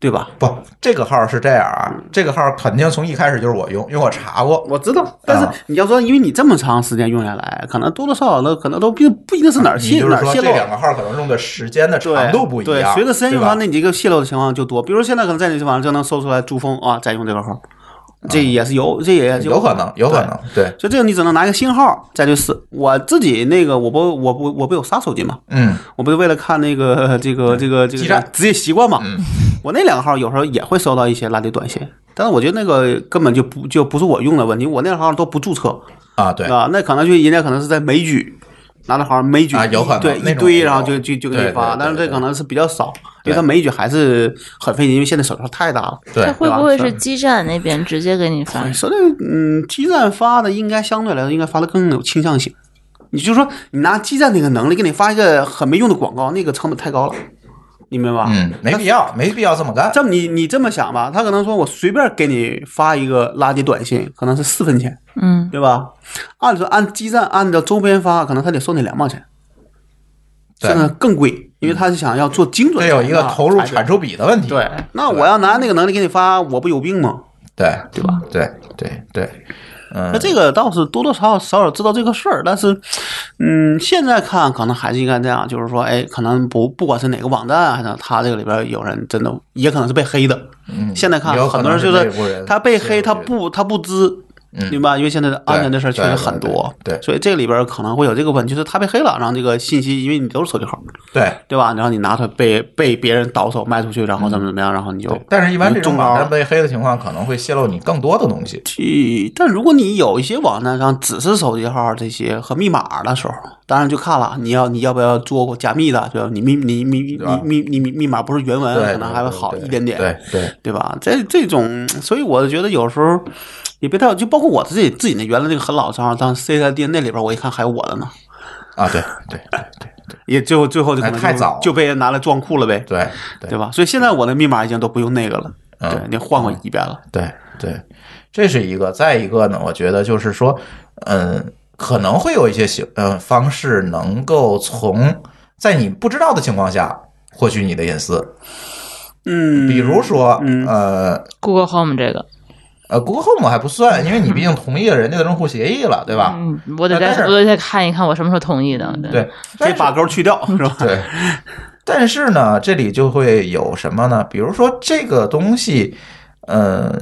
对吧？
不，这个号是这样啊，这个号肯定从一开始就是我用，因为我查过。
我知道，但是
啊
你要说，因为你这么长时间用下来，可能多多少少的，可能都不不一定是哪儿
你
泄
就是
哪儿
说
泄
这
露，
两个号可能用的时间的
对
长度不一
对
样，
随着时间
对
用
吧
长，那你这个泄露的情况就多。比如现在可能在你这网上就能搜出来珠峰啊，在用这个号，这也是有，这也是
有可能，有可
对
能，对，
所以这个你只能拿一个新号再去试。我自己那个我不我不我不有仨手机嘛，
嗯，
我不是为了看那个 这个这个这
基站
个职业习惯嘛，
嗯
我那两个号有时候也会收到一些垃圾短信，但是我觉得那个根本就不就不是我用的问题，我那个号都不注册
啊，对，
啊，那可能就人家可能是在美举。拿着好像美举
啊有可能
对
那种也
一堆，
有
然后就就就给
对
你
对
发，
对
但是
对
这可能是比较少，因
对
为它美举还是很费劲，因为现在手机号太大了。
对
它，会不会是基站那边直接给你
啊
发？
说的嗯，基站发的应该相对来说应该发的更有倾向性。你就说你拿基站那个能力给你发一个很没用的广告，那个成本太高了。你明白吧？
嗯，没必要，没必要这么干。
这么你你这么想吧，他可能说我随便给你发一个垃圾短信，可能是四分钱，
嗯，
对吧？按说按基站按照周边发，可能他得收你两毛钱，
对
甚至更贵，因为他是想要做精准
这
的
有
产
一
品
个
化。
投入产出比的问题。
对，那我要拿那个能力给你发，我不有病吗？
对
对吧？
对对对，嗯，
那这个倒是多多少少少少知道这个事儿，但是，嗯，现在看可能还是应该这样，就是说，哎，可能不不管是哪个网站，还是他这个里边有人真的，也可能是被黑的。
嗯
现在看
有可
很多
能
人就是
内部人
他被黑，
介入
他
进去
不他不知。
嗯
明白，因为现在的安全的事儿确实很多，
对对对对
所以这里边可能会有这个问题，就是他被黑了，然后这个信息，因为你都是手机号，
对。
对吧？然后你拿它被被别人倒手卖出去，然后怎么怎么样，然后你就
哦但是，一般这种
你就中招
网
了
站被黑的情况，可能会泄露你更多的东西。
去，但如果你有一些网站上只是手机号这些和密码的时候，当然就看了你要你要不要做过加密的，对吧？你密你密你
对吧
密你密密码不是原文，
对，
可能还会
对
好
对
一点点，
对对，
对吧？这这种，所以我觉得有时候也别太就包括我自己自己那原来那个很老的账号，当时 C 在 DNA 里边，我一看还有我的呢，
啊，对对
也最后最后就可能就、
哎太早
就被人拿来装酷了呗，
对
对
对
吧？所以现在我的密码已经都不用那个了，
嗯
对，你换过一遍了，
对对，这是一个。再一个呢，我觉得就是说，嗯，可能会有一些形嗯方式能够从在你不知道的情况下获取你的隐私，
嗯，
比如说，
嗯
呃
Google Home 这个，
呃，Google Home 还不算，因为你毕竟同意了人家的用户协议了，对吧？
嗯，我得再
但是
我得再看一看我什么时候同意的。对，
对，但
给
是
把勾去掉是吧？
嗯 对，但是呢，这里就会有什么呢？比如说这个东西，呃，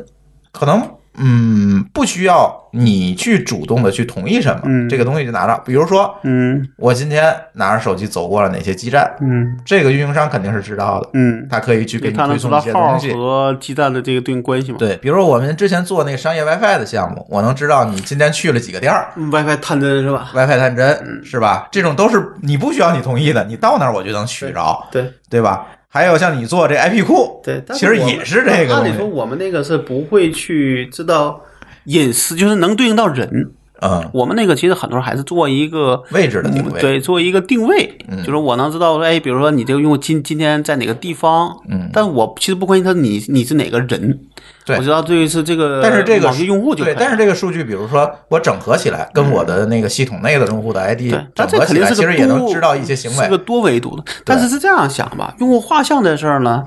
可能嗯不需要你去主动的去同意什么，
嗯
这个东西就拿着。比如说
嗯
我今天拿着手机走过了哪些基站，
嗯
这个运营商肯定是知道的，
嗯，
他可以去给
也
你
他
推
能知
送
道
一些
号
东西。
和基站的这个对应关系嘛？
对，比如说我们之前做那个商业 WiFi 的项目，我能知道你今天去了几个店儿
嗯，WiFi 探针是吧？
，WiFi 探
嗯
针是吧？这种都是你不需要你同意的，你到那儿我就能取着。
对
对吧？还有像你做这 IP 库，
对，但
其
是
实
我
也是这个
按理
东西
说我们那个是不会去知道隐私，就是能对应到人。
嗯，
我们那个其实很多人还是做一个
位置的定位，
嗯对，做一个定位，
嗯
就是我能知道，哎，比如说你这个用户今今天在哪个地方，
嗯
但我其实不关心他你你是哪个人，
对
我知道这是这个，
但是这个
网约用户就可以
对，
了嗯
但是这个数据，比如说我整合起来，跟我的那个系统内的用户的 ID
对，但
整合
这
起
肯定
来，
是
其
个
实也能
多
知道一些行
是个
为。
多维度的。但是是这样想吧，用户画像这事儿呢，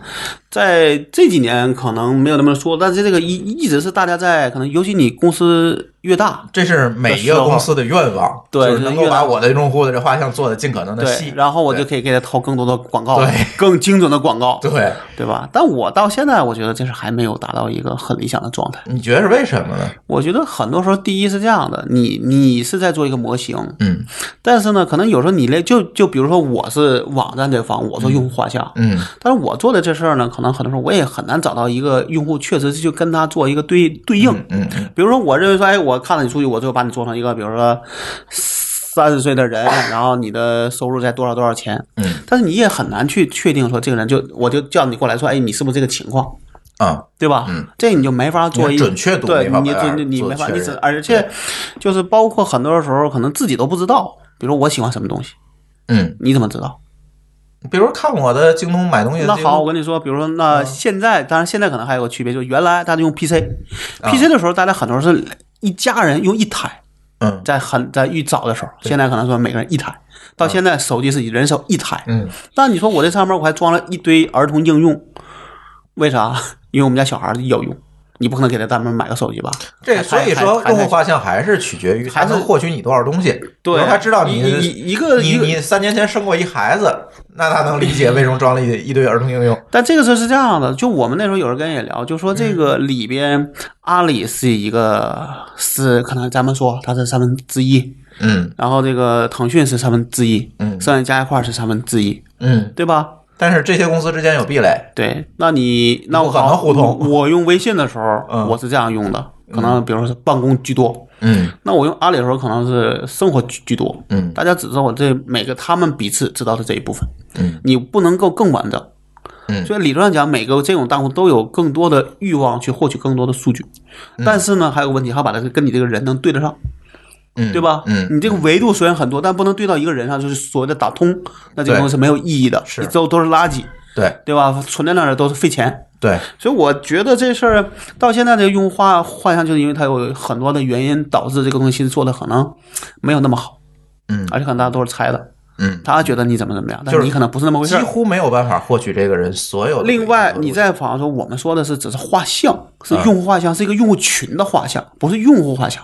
在这几年可能没有那么说，但是这个一一直是大家在可能，尤其你公司越大，
这是每一个公司的愿望，
对
就是能够
这个
把我的用户的这画像做的尽可能的
对
细，，
然后我就
对
可以给他投更多的广告，
对，
更精准的广告，
对，
对吧？但我到现在，我觉得这是还没有达到一个很理想的状态。
你觉得是为什么呢？
我觉得很多时候，第一是这样的，你你是在做一个模型，
嗯
但是呢，可能有时候你类就就比如说我是网站这方，我做用户画像，
嗯
但是我做的这事儿呢，可能很多时候我也很难找到一个用户确实就跟他做一个对对应。
嗯嗯
比如说，我认为说，哎，我看了你数据，我最后把你做成一个，比如说三十岁的人，然后你的收入在多少多少钱，
嗯
但是你也很难去确定说这个人就我就叫你过来说，哎，你是不是这个情况？
啊，
对吧？
嗯，
这你就没法做一
你准确度
对
没法
你
把它
准你
做
没法，
确
你
认
只而且就是包括很多时候可能自己都不知道，比如说我喜欢什么东西，
嗯，
你怎么知道？
比如看我的京东买东西的
那嗯
记录
好，我跟你说，比如说那现在，当然现在可能还有个区别，就是原来大家用 PC，PC 的时候大家很多是一家人用一台，
嗯
在很在预早的时候，现在可能说每个人一台，到现在手机是人手一台，
嗯
但你说我这上面我还装了一堆儿童应用，为啥？因为我们家小孩要用，你不可能给他专门买个手机吧？
这
还
所以
还
说，
还
用户
还
画像还是取决于
还
他
是
能获取你多少东西。
对啊
比如他知道你
一一一 个
你
一个
你三年前生过一孩子，那他能理解为什么装了一一堆儿童应用。
但这个事儿是这样的，就我们那时候有人跟人也聊，就
嗯
说这个里边阿里是一个是可能咱们说它是三分之一，
嗯
然后这个腾讯是三分之一，
嗯
剩下加一块儿是三分之一，
嗯，
对吧？
但是这些公司之间有壁垒。
对，那你那我
不可能互通
我用微信的时候，
嗯
我是这样用的，可能比如说是办公居多，
嗯
那我用阿里的时候可能是生活居居多，
嗯
大家只知道我这每个他们彼此知道的这一部分，
嗯，
你不能够更完整。
嗯
所以理论上讲，每个这种账户都有更多的欲望去获取更多的数据，但是呢，还有个问题，还要把它跟你这个人能对得上，
嗯，
对吧？
嗯，
你这个维度虽然很多，但不能对到一个人上，就是所谓的打通，那这
对
个东西是没有意义的，
是
你都都是垃圾。
对
对吧？存在那儿都是费钱。
对，
所以我觉得这事儿到现在的用户画画像，就是因为它有很多的原因导致这个东西做的可能没有那么好，
嗯
而且可能大家都是猜的，
嗯，
大家觉得你怎么怎么样，但
就是
你可能不是那么回事
几
儿。
乎没有办法获取这个人所有的
另外，
信息
你在网上说，我们说的是只是画像，是用户画像，是一个用户群的画像，不是用户画像，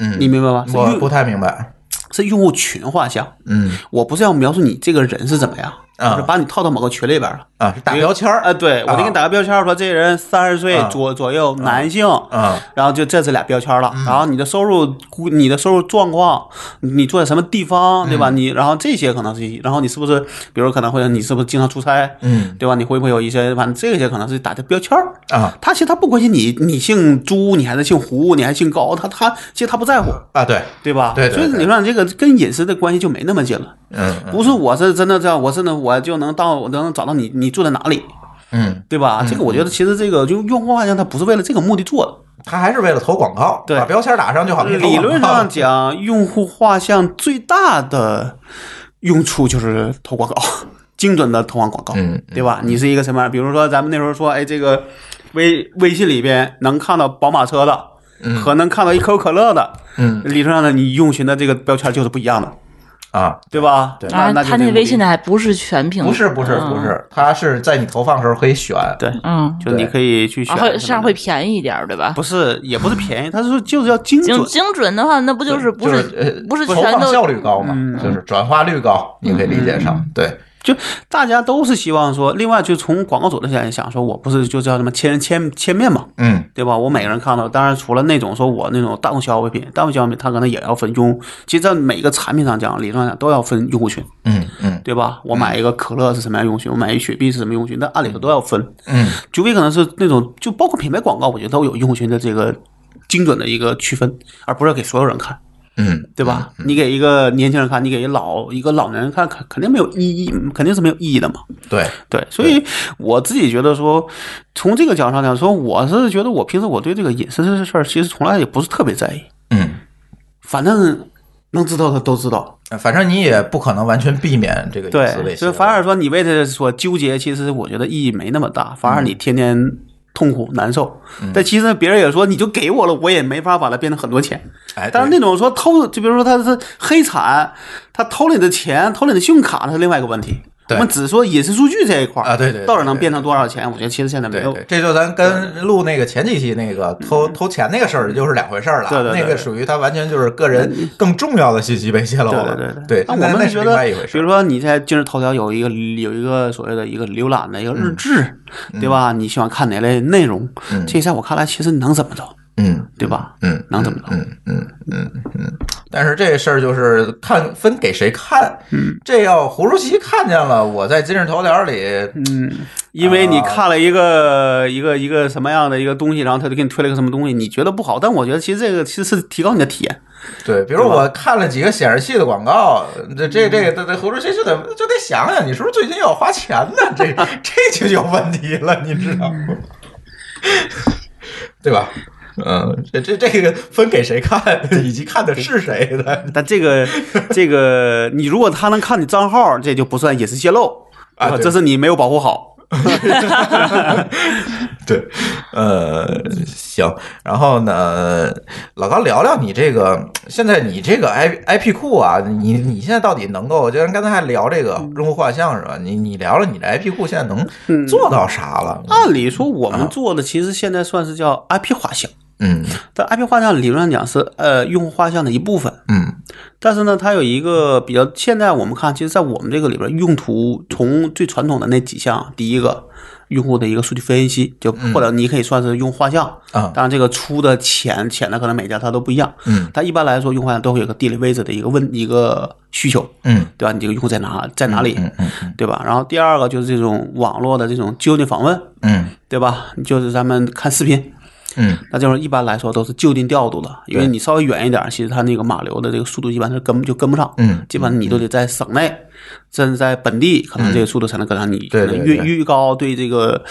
嗯，
你明白吗？是
我不
用
太明白，
是用户群画像，
嗯
我不是要描述你这个人是怎么样，
啊
而是把你套到某个群里边了。
啊，是打标签儿
啊，对，我就给你打个标签儿，说这人三十岁
啊
左左右，男性，
啊，
然后就这是俩标签
嗯
了。然后你的收入估，你的收入状况，你住在什么地
嗯
方，对吧？你然后这些可能是，然后你是不是，比如可能会你是不是经常出差，
嗯
对吧？你会不会有一些，反正这些可能是打的标签儿。
啊
他其实他不关心你，你姓朱，你还是姓胡，你还姓高，他他其实他不在乎，
啊，对，
对吧？
对对
所以
对
你说这个跟隐私的关系就没那么近了。
嗯嗯
不是，我是真的这样，我是呢，我就能到，我能找到你，你住在哪里，
嗯，
对吧？这个我觉得其实这个就用户画像，它不是为了这个目的做的。
他还是为了投广告，
对
把标签打上就好。别投
理论
广告
上，讲，用户画像最大的用处就是投广告， 精准的投放广告，
嗯
对吧？你是一个什么样？比如说咱们那时候说，哎，这个微微信里边能看到宝马车的。和能看到一可口可乐的，
嗯
理论上呢，你用群的这个标签就是不一样的，
啊，
对吧？
对
那
啊，
那就
他
没
那
有
微信
理
的还不是全屏，
不是不是不
嗯，
是，他是在你投放的时候可以选，
对，
嗯，
就你可以去选
然
什么
后
的，
这样会便宜一点儿，对吧？
不是，也不是便宜，他是说就是要精准
精。精准的话，那不就是不
就是呃
是不是
投
全
放
都嗯
效率高嘛，
嗯
就是转化率高，你可以理解上对。
就大家都是希望说，另外就从广告主的角度想，说我不是就叫什么千人千千面嘛，
嗯
对吧？我每个人看到，当然除了那种说我那种大众消费品，大众消费品它可能也要分用，其实在每个产品上讲，理论上讲都要分用户群，
嗯嗯
对吧？我买一个可乐是什么样用户群，我买一雪碧是什么用户群，但按理说都要分，
嗯
除非可能是那种就包括品牌广告，我觉得都有用户群的这个精准的一个区分，而不是给所有人看。
嗯，
对吧？你给一个年轻人看，你给一老一个老年人看，肯肯定没有意义，肯定是没有意义的嘛。
对，
对，所以我自己觉得说，从这个角度上讲，说我是觉得我平时我对这个隐私这事儿，其实从来也不是特别在意，
嗯。
反正能知道的都知道。
反正你也不可能完全避免这个隐私
对，
威
所
胁，
以反而说你为这所纠结，其实我觉得意义没那么大，反而
嗯
你天天。痛苦难受，但其实别人也说你就给我了，我也没法把它变成很多钱。
哎，
但是
对
那种说偷，就比如说他是黑产，他偷了你的钱，偷了你的信用卡，那是另外一个问题。我
对
们只说隐私数据这一块儿
啊对对对
到底能变成多少钱？我觉得其实现在没
对
有。嗯
对，这就咱跟录那个前几期那个偷偷钱那个事儿就是两回事儿了。
对对对
那个属于他完全就是个人更重要的信息被泄露
对
了。
对
对
对。那我们
那
就是觉
另外
得
一回，
比
事
如
儿。
说你在今日头条有一个有一个所谓的一个浏览的一个日志，对吧？
嗯
你喜欢看哪类内容？这在我看来，其实能怎么着，
嗯
对吧？
嗯，
能怎么着？
但是这事儿就是看分给谁看。嗯，这要胡主席看见了，我在今日头条里，
因为你看了一个、一个一个什么样的一个东西，然后他就给你推了一个什么东西，你觉得不好，但我觉得其实这个其实是提高你的体验。
对，嗯比如我看了几个显示器的广告，这这这这这胡主席就得就得想想，你是不是最近要花钱呢？ 这这就有问题了，你知道吗？ 对吧？嗯，这这这个分给谁看，以及看的是谁的，
但 这个这个，你如果他能看你账号，这就不算隐私泄露
啊
对吧
对嗯
这是你没有保护好。
对，呃，行，然后呢，老高聊聊你这个现在你这个 I I P 库啊，你你现在到底能够，就跟刚才还聊这
嗯
个用户画像是吧？你你聊聊你的 I P 库现在能做到啥了？
按理说，我
啊
们做的其实现在算是叫 IP 画像，
嗯
但 IP 画像理论上讲是呃用户画像的一部分。
嗯
但是呢，它有一个比较，现在我们看，其实，在我们这个里边，用途从最传统的那几项，第一个用户的一个数据分析，就
嗯
或者你可以算是用画像，
啊
当然这个粗的浅浅的可能每家它都不一样，
嗯
但一般来说，用户画像都会有个地理位置的一个问一个需求，
嗯
对吧？你这个用户在哪，在哪里，
嗯嗯
对吧？然后第二个就是这种网络的这种就地访问，
嗯
对吧？就是咱们看视频，
嗯
那就是一般来说都是就近调度的，因为你稍微远一点，其实它那个码流的这个速度一般是跟就跟不上，
嗯嗯
基本上你都得在省内，甚至在本地，可能这个速度才能跟上你。
对
可能
对
越
对
越高，对这个，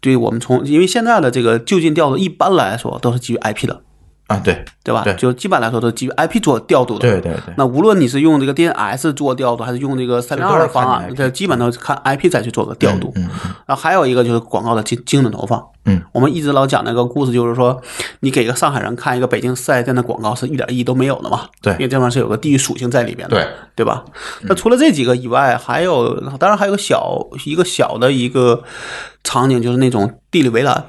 对我们从因为现在的这个就近调度，一般来说都是基于 IP 的，
啊，对
对吧？
对
就基本来说都是基于 IP 做调度的。
对对对，
那无论你是用这个 DNS 做调度，还是用这个三零二的方案，
这都是看 IP
这基本都是看 IP 再去做个调度。
嗯嗯
然后还有一个就是广告的精精准投放。
嗯，
我们一直老讲那个故事，就是说你给个上海人看一个北京四 S 店的广告是一点意义都没有的嘛。
对
因为这玩意儿是有个地域属性在里边的，
对
对吧？那除了这几个以外，还有当然还有个小一个小的一个场景，就是那种地理围栏。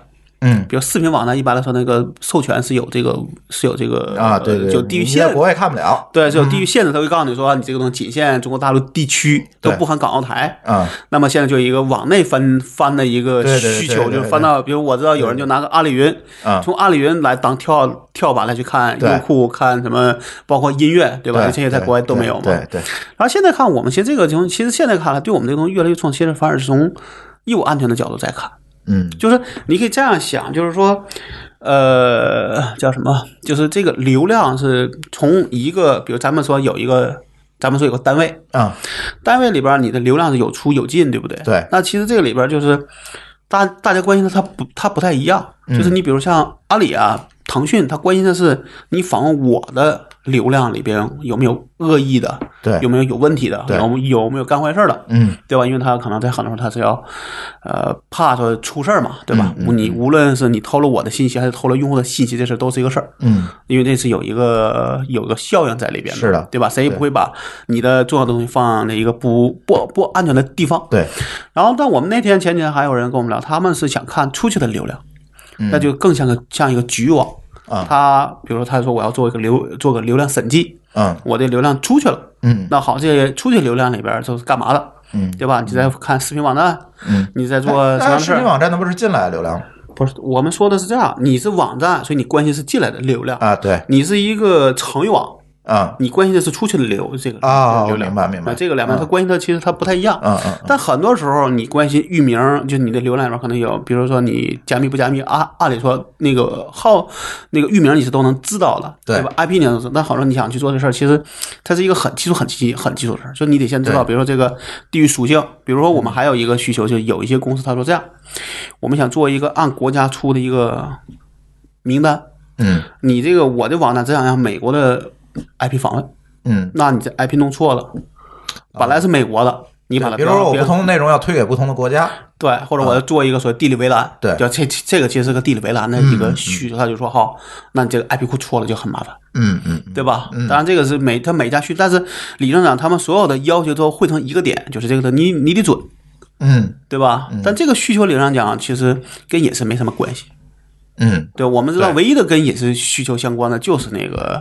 嗯
比如视频网站一般来说，那个授权是有这个是有这个
啊，对对，
就地域
你在
限
国外看不了，
对，是有地域限制，他会告诉你说，你这个东西仅限中国大陆地区，都
对
不含港澳台。
嗯，
那么现在就有一个往内翻翻的一个
对对对
需求，
对对
就是翻到，比如我知道有人就拿个阿里云
嗯，
从阿里云来当跳跳板来去看
对
优酷，看什么，包括音乐，对吧？
对
这些在国外都没有嘛。
对对，对
然后现在看，我们其实这个情况，其实现在看来，对我们这个东西越来越创新了，反而是从业务安全的角度在看。
嗯，
就是你可以这样想，就是说，呃，叫什么？就是这个流量是从一个，比如咱们说有一个，咱们说有个单位，
啊，
单位里边你的流量是有出有进，对不对？
对
那其实这个里边就是大大家关心的，它不它不太一样。
嗯
就是你比如像阿里啊、腾讯，它关心的是你访问我的流量里边有没有恶意的，
对
有没有有问题的，
对
有有没有干坏事儿的，
嗯，
对吧？因为他可能在很多时候他是要，呃，怕说出事儿嘛，对吧？
嗯嗯
你无论是你偷了我的信息，还是偷了用户的信息，这事儿都是一个事儿，
嗯，
因为这是有一个有一个效应在里边
是的
的，对吧？谁也
对
不会把你的重要的东西放在一个不不不安全的地方。
对，
然后，但我们那天前天还有人跟我们聊，他们是想看出去的流量，
嗯
那就更像个像一个局网。
啊
他比如说，他说我要做一个流做个流量审计，
嗯
我的流量出去了，
嗯
那好，这出去流量里边都是干嘛的？
嗯
对吧？你在看视频网站，
嗯，
你在做呃什
那
么
视
事
频
儿？
网站那不是进来流量吗
不是，我们说的是这样，你是网站，所以你关心是进来的流量；
啊？对，
你是一个成语网，
啊，
你关心的是出去的流这个
啊
流量。
明白明白
那这个两边它
嗯
关心的其实它不太一样。
嗯嗯
但很多时候，你关心域名，就你的浏览里边可能有，比如说你加密不加密，按按理说那个号那个域名你是都能知道的，
对
对吧？IP 你都知道，但好多你想去做这事儿，其实它是一个很技术、很基、很基础的事儿，就你得先知道，
对
比如说这个地域属性，比如说我们还有一个需求，就有一些公司他说这样，我们想做一个按国家出的一个名单，
嗯
你这个我的网站只想让美国的 IP 访问，
嗯，
那你这 IP 弄错了，本来是美国的，你把它
比如说我
标
不同的内容要推给不同的国家，
对，或者我要做一个所谓地理围栏，
对
就这这个其实是个地理围栏的一个需求，他就说好，那你这个 IP 库错了就很麻烦，
嗯嗯，
对吧？当然这个是每他每家需，但是理论上他们所有的要求都汇成一个点，就是这个的你你得准，
嗯
对吧？但这个需求理论上讲，其实跟隐私没什么关系。
嗯，
对，我们知道
对
唯一的跟隐私需求相关的就是那个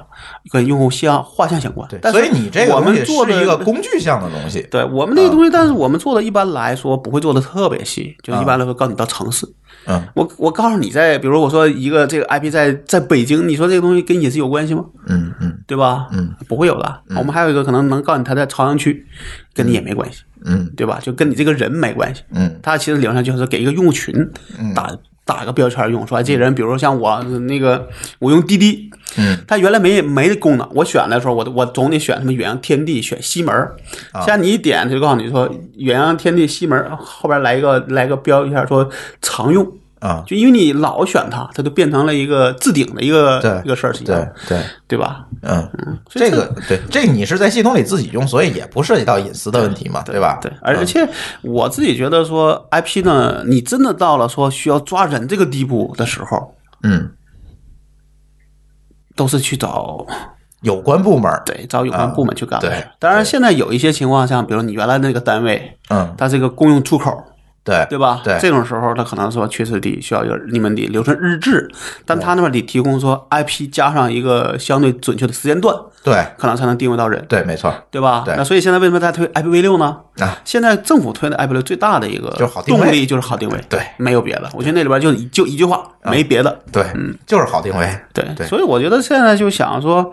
跟用户像画像相关，
对，
但是
所以你这个
我
东
们
西
做的
是一个工具项的东西，
对我们那个
啊
东西，但
嗯
是我们做的一般来说不会做的特别细，就是
啊
一般来说告诉你到城市。
嗯
我我告诉你在，比如我说一个这个 IP 在在北京，你说这个东西跟隐私有关系吗？
嗯嗯
对吧？
嗯，
不会有的。我们还有一个可能能告诉你他在朝阳区，跟你也没关系，
嗯
对吧？就跟你这个人没关系。
嗯
他其实理论上就是给一个用户群打、打个标签用，说哎这人，比如说像我那个我用滴滴，
嗯，
他原来没没这功能，我选的时候我我总得选什么远洋天地，选西门儿
啊
现在你一点他就告诉你说远洋天地西门儿后边来一个来个标签说常用。
啊，
就因为你老选它，它就变成了一个置顶的一
对
个一个事儿，
对对，
对吧？
嗯，
所以
这个对，这你是在系统里自己用，所以也不涉及到隐私的问题嘛，对吧？
对，
嗯
而且我自己觉得说 IP 呢，你真的到了说需要抓人这个地步的时候，
嗯，
都是去找
有关部门儿，
对找有关部门去干的事儿。
啊对
当然
对
现在有一些情况下，比如你原来那个单位，
嗯，
它是一个公用出口，
对
对吧？
对，
这种时候，他可能说确实得需要有你们得留成日志，但他那边得提供说 IP 加上一个相对准确的时间段，
对
可能才能定位到人，
对，没错
对吧？
对
那所以现在为什么大家推 IPv 六呢？
啊，
现在政府推的 IPv 六最大的一个
就是好定位
动力就是好定位，
对啊
没有别的。我觉得那里边就一就一句话，没别的。
对，就是好定位，
对，
对
所以我觉得现在就想说，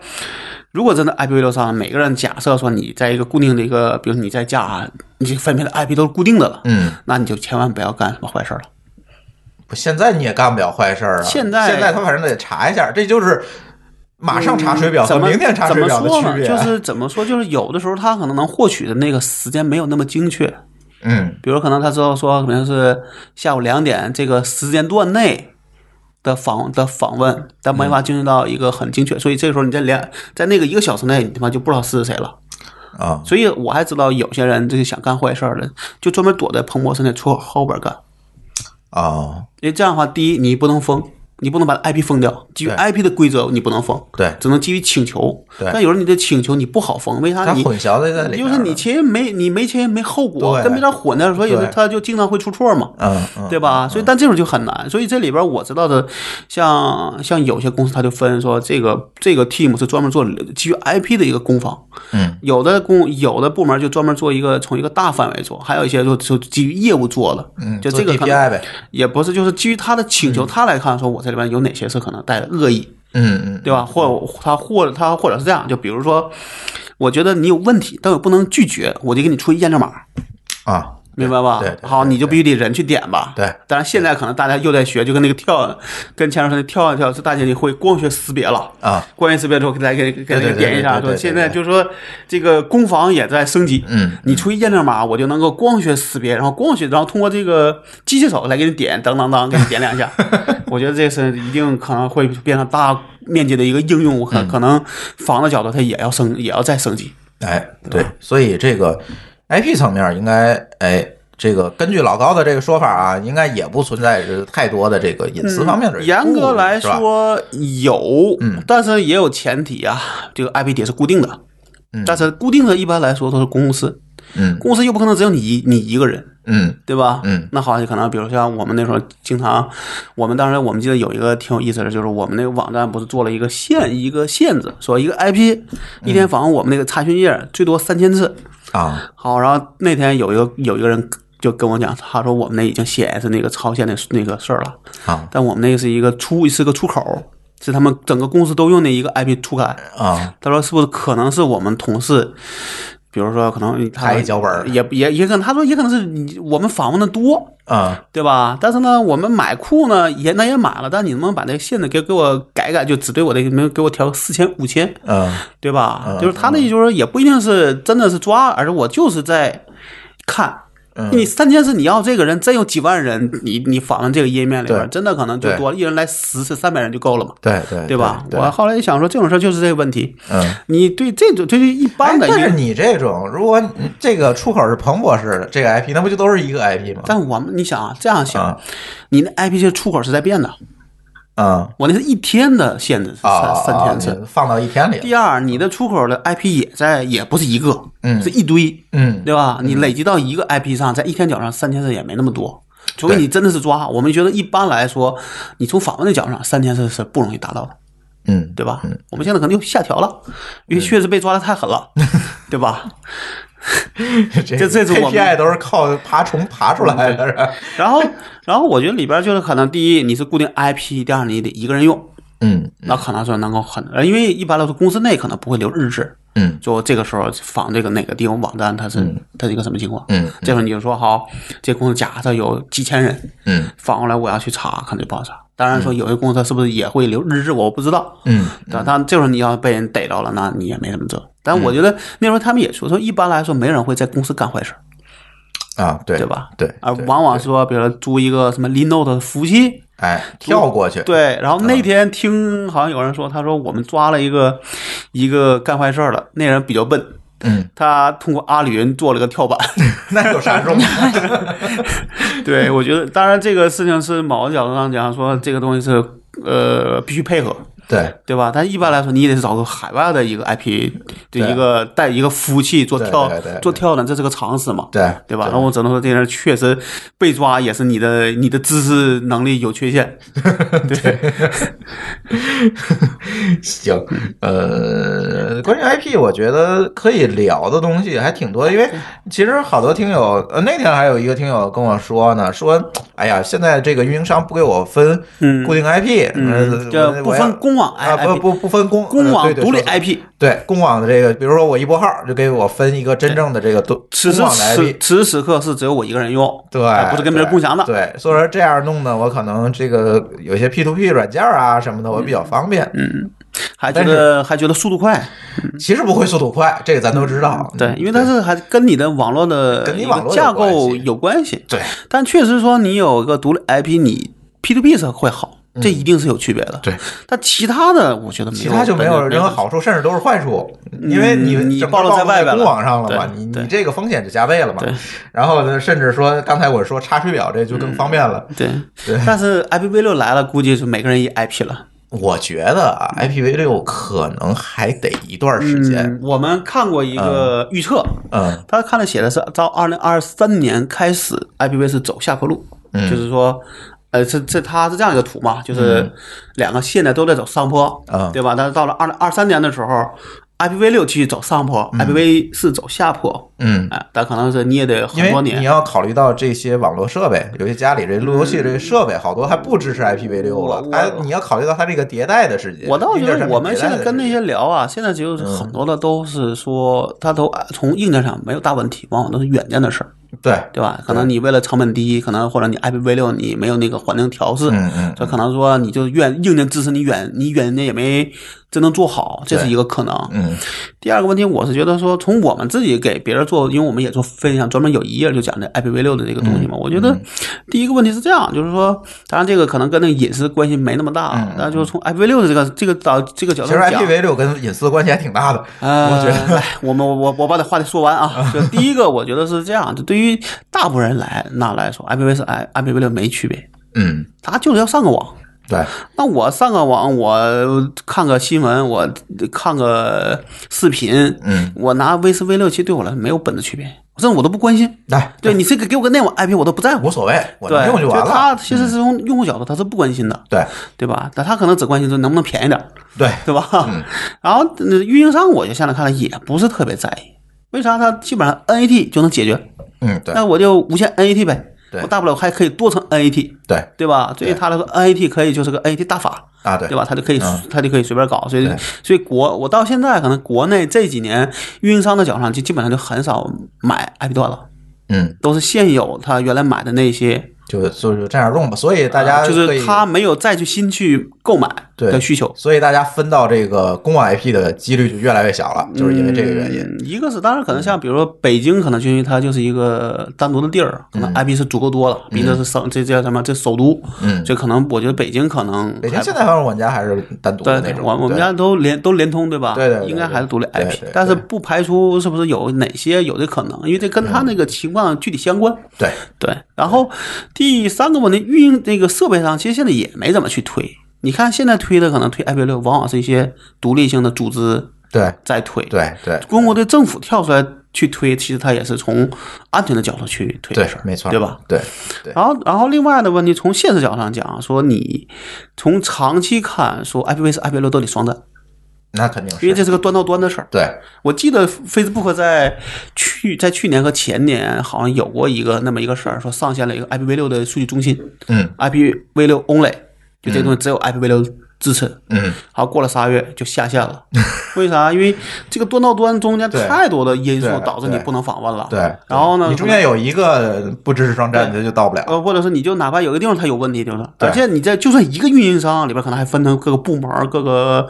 如果真的 IPv 六上了，每个人假设说你在一个固定的一个，比如你在家，你这分配的 IP 都是固定的了，
嗯，
那你就千万不要干什么坏事了。
不现在你也干不了坏事儿啊，
现在
现在他反正得查一下，这就是马上查水表和
嗯怎么
明天查
怎
水
么
表的
说
区
呢？
别，
就是怎么说，就是有的时候他可能能获取的那个时间没有那么精确，
嗯
比如可能他知道说可能是下午两点这个时间段内的访的访问，但没法进入到一个很精确，所以这个时候你在两在那个一个小时内，你他妈就不知道是谁了。
啊，
所以我还知道有些人就是想干坏事儿的，就专门躲在彭博森的车后边干，
哦，
因为这样的话，第一你不能封，你不能把 IP 封掉，基于
对
IP 的规则你不能封，
对
只能基于请求。
对
但有时候你的请求你不好封，为啥
他
你？
混淆的在里边
就
儿
是
了，
你钱没你没钱也没后果，
对
跟别人混的，所以
对
他就经常会出错嘛。
嗯，嗯，
对吧？所以，但这种就很难。所以这里边我知道的，像像有些公司，它就分说这个这个 team 是专门做基于 IP 的一个攻防，
嗯，
有的公有的部门就专门做一个从一个大范围做，还有一些就就基于业务做了，
嗯，
就
做
这个可
KPI
能
呗，
也不是，就是基于他的请求，他来看说我这里边有哪些是可能带着恶意，
嗯嗯，
对吧？或者他或者他或者是这样，就比如说，我觉得你有问题，但我不能拒绝，我就给你出一验证码，
啊，
明白吧？
对对对
好，
对
你就必须得人去点吧。
对
当然现在可能大家又在学，就跟那个跳，跟前面说的跳一跳，这大姐你会光学识别了。
啊，
光学识别之后，给大家给给
对
大家
对对
点一下，
对对对
说
对
现在就是说这个攻防也在升级。
嗯，
你出一验证码，我就能够光学识别，然后光学，然后通过这个机械手来给你点，当当当，给你点两下。我觉得这是一定可能会变成大面积的一个应用，可可能防的角度它也要升，也要再升级。
哎，对，
嗯
所以这个 IP 层面应该，哎，这个根据老高的这个说法啊，应该也不存在是太多的这个隐私方面的顾虑、
嗯严格来
是吧，
说有，
嗯
但是也有前提啊，这个 IP 点是固定的，
嗯
但是固定的一般来说都是公司，
嗯
公司又不可能只有你一你一个人，
嗯
对吧？
嗯
那好，可能比如像我们那时候经常，我们当时我们记得有一个挺有意思的，就是我们那个网站不是做了一个限一个限制，说一个 IP 一天访问我们那个查询页最多三千次，
啊
好，然后那天有一个有一个人就跟我讲，他说我们那已经显然是那个超限的那个事儿了。
啊
但我们那个是一个出是个出口，是他们整个公司都用的一个 IP 出改。
啊，
他说是不是可能是我们同事，比如说可能他
开一脚本儿
也也也可能他说也可能是你我们访问的多，
啊
对吧？但是呢，我们买库呢也那也买了，但你能不能把那个限制给给我改改，就只对我这没有给我调四千五千，
嗯
对吧？
嗯
就是他那意思就是也不一定是真的是抓，而是我就是在看。
嗯
你三千是你要这个人真有几万人，你你访问这个页面里边
对，
真的可能就
对
多了，一人来十次，三百人就够了嘛，
对对
对吧？
对
我后来一想说，这种事儿就是这个问题。
嗯。
你对这种对于一
哎
般的，
但是你这种，如果你这个出口是彭博士的这个 IP，那不就都是一个 IP 吗？
但我们你想啊，这样想
啊，
你那 IP 这出口是在变的，
嗯
我那是一天的限制，
啊
三，三千
啊
次。
你放到一天里
第
了，
二，你的出口的 IP 也在，也不是一个，
嗯
是一堆，
嗯
对吧？你累积到一个 IP 上，在一天角上三千次也没那么多，除非
对
你真的是抓。我们觉得一般来说，你从访问的角度上，三千次是不容易达到的，
嗯，
对吧？我们现在可能又下调了，因为确实被抓的太狠 了，对吧？
这
这这是我们
KPI 都是靠爬虫爬出来的，是 吧
然后，然后我觉得里边就是可能第一你是固定 IP，第二你得一个人用，
嗯
那可能说能够很，呃因为一般来说公司内可能不会留日志，
嗯
就这个时候仿这个哪个地方网站它是它是一个什么情况，
嗯
这时候你就说好，这公司假设有几千人，
嗯
反过来我要去查，可能就不好查。当然说有些公司它是不是也会留日志，我不知道。
嗯
但但这时候你要被人逮着了，那你也没什么辙。但
嗯
我觉得那时候他们也说，说一般来说没人会在公司干坏事儿，
啊，对
对吧？
对，
而
对
往往说，比如说租一个什么 Linode 的服务器，
哎，跳过去，
对。然后那天听好像有人说，他说我们抓了一个一个干坏事儿的，那人比较笨，
嗯，
他通过阿里云做了 个跳板。
那有 啥用？
对，我觉得当然这个事情是某个角度上讲说，这个东西是呃必须配合，
对
对吧？但一般来说，你也得找个海外的一个 IP
对
的一个带一个服务器做
对
跳
对对对
做跳呢，这是个常识嘛，
对
对吧？那我只能说，这人确实被抓也是你的你的知识能力有缺陷，
行，呃，关于 IP，我觉得可以聊的东西还挺多的，因为其实好多听友，呃，那天还有一个听友跟我说呢，说，哎呀，现在这个运营商不给我分
嗯
固定 IP，
嗯，
呃
这
我
不
我
分
要
公网 I
啊，
IP，
不不不分公
公
呃
网
对对
独立
说错
IP。
对公网的这个，比如说我一拨号就给我分一个真正的这个公
此
公
时
网的
此
IP，
此时此刻是只有我一个人用，
对
哎，不是跟别人
对
共享的。
对，所以说这样弄呢，我可能这个有些 P to P 软件啊什么的，我比较方便。
还觉
但
得还觉得速度快，
其实不会速度快，这个咱都知道。
嗯
嗯
对，因为它是还跟你的网络的
跟你
一
网
个
络有
架
关
构
系
有关系。
对
但确实说你有个独立 IP，你 P to P 是会好，这一定是有区别的。
嗯对，
但其他的我觉得没有，
其他就没有任何
好。
好处，甚至都是坏处，因为你
嗯你
整个
暴露在外边
公
了
网上了嘛，
对
你
对
你这个风险就加倍了嘛
对。嗯
然后呢，甚至说刚才我说查水表这就更方便了。
对，
对
但是 IPv 六来了，估计是每个人一 IP 了。
我觉得啊，IPv 六可能还得一段时间。
嗯，我们看过一个预测，
嗯
他看了写的是到二零二三年开始，IPv 是走下坡路，
嗯
就是说。呃，这这它是这样一个图嘛，就是两个现在都在走上坡，
嗯
对吧？但是到了二二三年的时候，IPv 六继续走上坡、i p v 是走下坡，
嗯，
哎，但可能是你也得
因
很多
为你
年。
要考虑到这些网络设备，尤其家里这路由器这设备好多还不支持 IPv 六
嗯我
了
我，
还你要考虑到它这个迭代的时间。
我倒觉
硬件
得
上
我们
迭代
现在
的
跟
时
那
间
些聊啊，现在就是
嗯
很多的都是说，它都从硬件上没有大问题，往往都是软件的事儿。
对
对吧？可能你为了成本低，可能或者你 IPv 六你没有那个环境调试，
嗯嗯
这可能说你就愿硬件支持你远，你远件也没真能做好，这是一个可能。
嗯
第二个问题，我是觉得说从我们自己给别人做，因为我们也做分享，专门有一页就讲这 IPv 六的这个东西
嗯
嘛。我觉得第一个问题是这样，就是说，当然这个可能跟那个隐私关系没那么大，那就是从 IPv 六的这个这个角这个角度
嗯其实
讲。
IPv 六跟隐私关系还挺大的，
呃，
我觉得。
来，我们我我我把这话得说 完啊。就第一个，我觉得是这样，就对于大部分人来那来说，IPv 是 I IPv 六没区别，
嗯，
他就是要上个网。
对，
那我上个网，我看个新闻，我看个视频，
嗯，
我拿 V 四 V 六，其实对我来说没有本质区别，甚至我都不关心。
来，
对你这个给我个内网 IP，我都不在乎
无。所谓，我
对，
能用就完
他
了。嗯
其实是从用户角度，他是不关心的，
对
对吧？但他可能只关心说能不能便宜点儿。
对，
对吧？
嗯
然后呃运营商我就现在看来也不是特别在意，为啥？它基本上 NAT 就能解决，
嗯对
那我就无限 NAT 呗，
对
我大不了还可以多层 NAT，
对
对吧？对于他来说，NAT 可以就是个 NAT 大法。
啊对
对吧？他就可以，
嗯
他就可以随便搞，所以
对，
所以国我到现在可能国内这几年运营商的角上就基本上就很少买 IP 段了，
嗯，
都是现有他原来买的那些，呃
就就就这样用吧。所以大家
啊就
可以
是他没有再去新去购买
对
的需求，
所以大家分到这个公网 IP 的几率就越来越小了，就是因为这个原因。
嗯一个是当然可能像比如说北京，可能就因为它就是一个单独的地儿，可能 IP 是足够多了，毕竟是省这叫什么这首都，
嗯
所以可能我觉得北京可能
北京
还
现在反正我们家还是单独的那
对，
种，
我我们
对
家都联都联通对吧？
对对对
应该还是独立
对
IP，
对对嗯
但是不排除是不是有哪些有这可能，因为这跟他那个情况具体相关。
对
对，然后第三个问题，运营这个设备上其实现在也没怎么去推。你看现在推的可能推 IP 六，往往是一些独立性的组织
对
在推。
对对
中国的政府跳出来去推，其实它也是从安全的角度去推这
对
事儿，，
没错，
对吧？
对
然后，然后另外的问题，从现实角度上讲，说你从长期看，说 IPv 四、IPv 六都得双战，
那肯定是，
因为这是个端到端的事儿。
对
我记得 Facebook 在去在去年和前年好像有过一个那么一个事儿，说上线了一个 IPv 六的数据中心，
嗯
，IPv 六 only，就这东西只有 IPv 六支持。
嗯，
好，过了仨月就下 线了，为啥？因为这个端到端中间
对
太多的因素
对
导致你
对
不能访问了。
对。
然后呢？
你中间有一个不支持双站，
对
这就到不了。
呃，或者是你就哪怕有个地方它有问题，对吧？
对
而且你在就算一个运营商里边，可能还分成各个部门、各个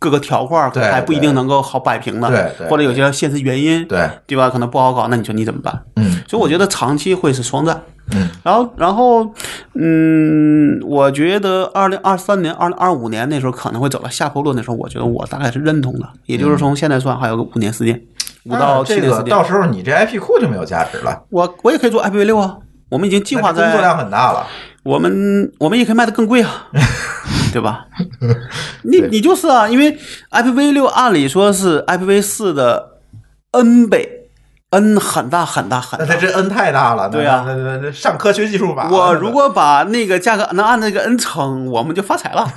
各个条块，可能
对
还不一定能够好摆平的。
对对
或者有些现实原因，
对
对吧？可能不好搞，那你说你怎么办？
嗯
所以我觉得长期会是双战。
嗯，
然后，然后，嗯，我觉得二零二三年、二零二五年那时候可能会走到下坡路，那时候我觉得我大概是认同的，也就是从现在算还有个五年时间，五
嗯
到
那
七
嗯这
年时
个
间
到。时候你这 IP 库就没有价值了，
我我也可以做 IPv 六啊，我们已经计
那
划
这工作量
在，
很大了。
我们我们也可以卖的更贵 啊，对吧？你你就是啊，因为 IPv 六按理说是 IPv 四的 N 倍，N 很大很大很
那
大，
它这 N 太大了，那
对啊
那那那上科学技术法了。
我如果把那个价格能按那个 n 乘，我们就 发财了，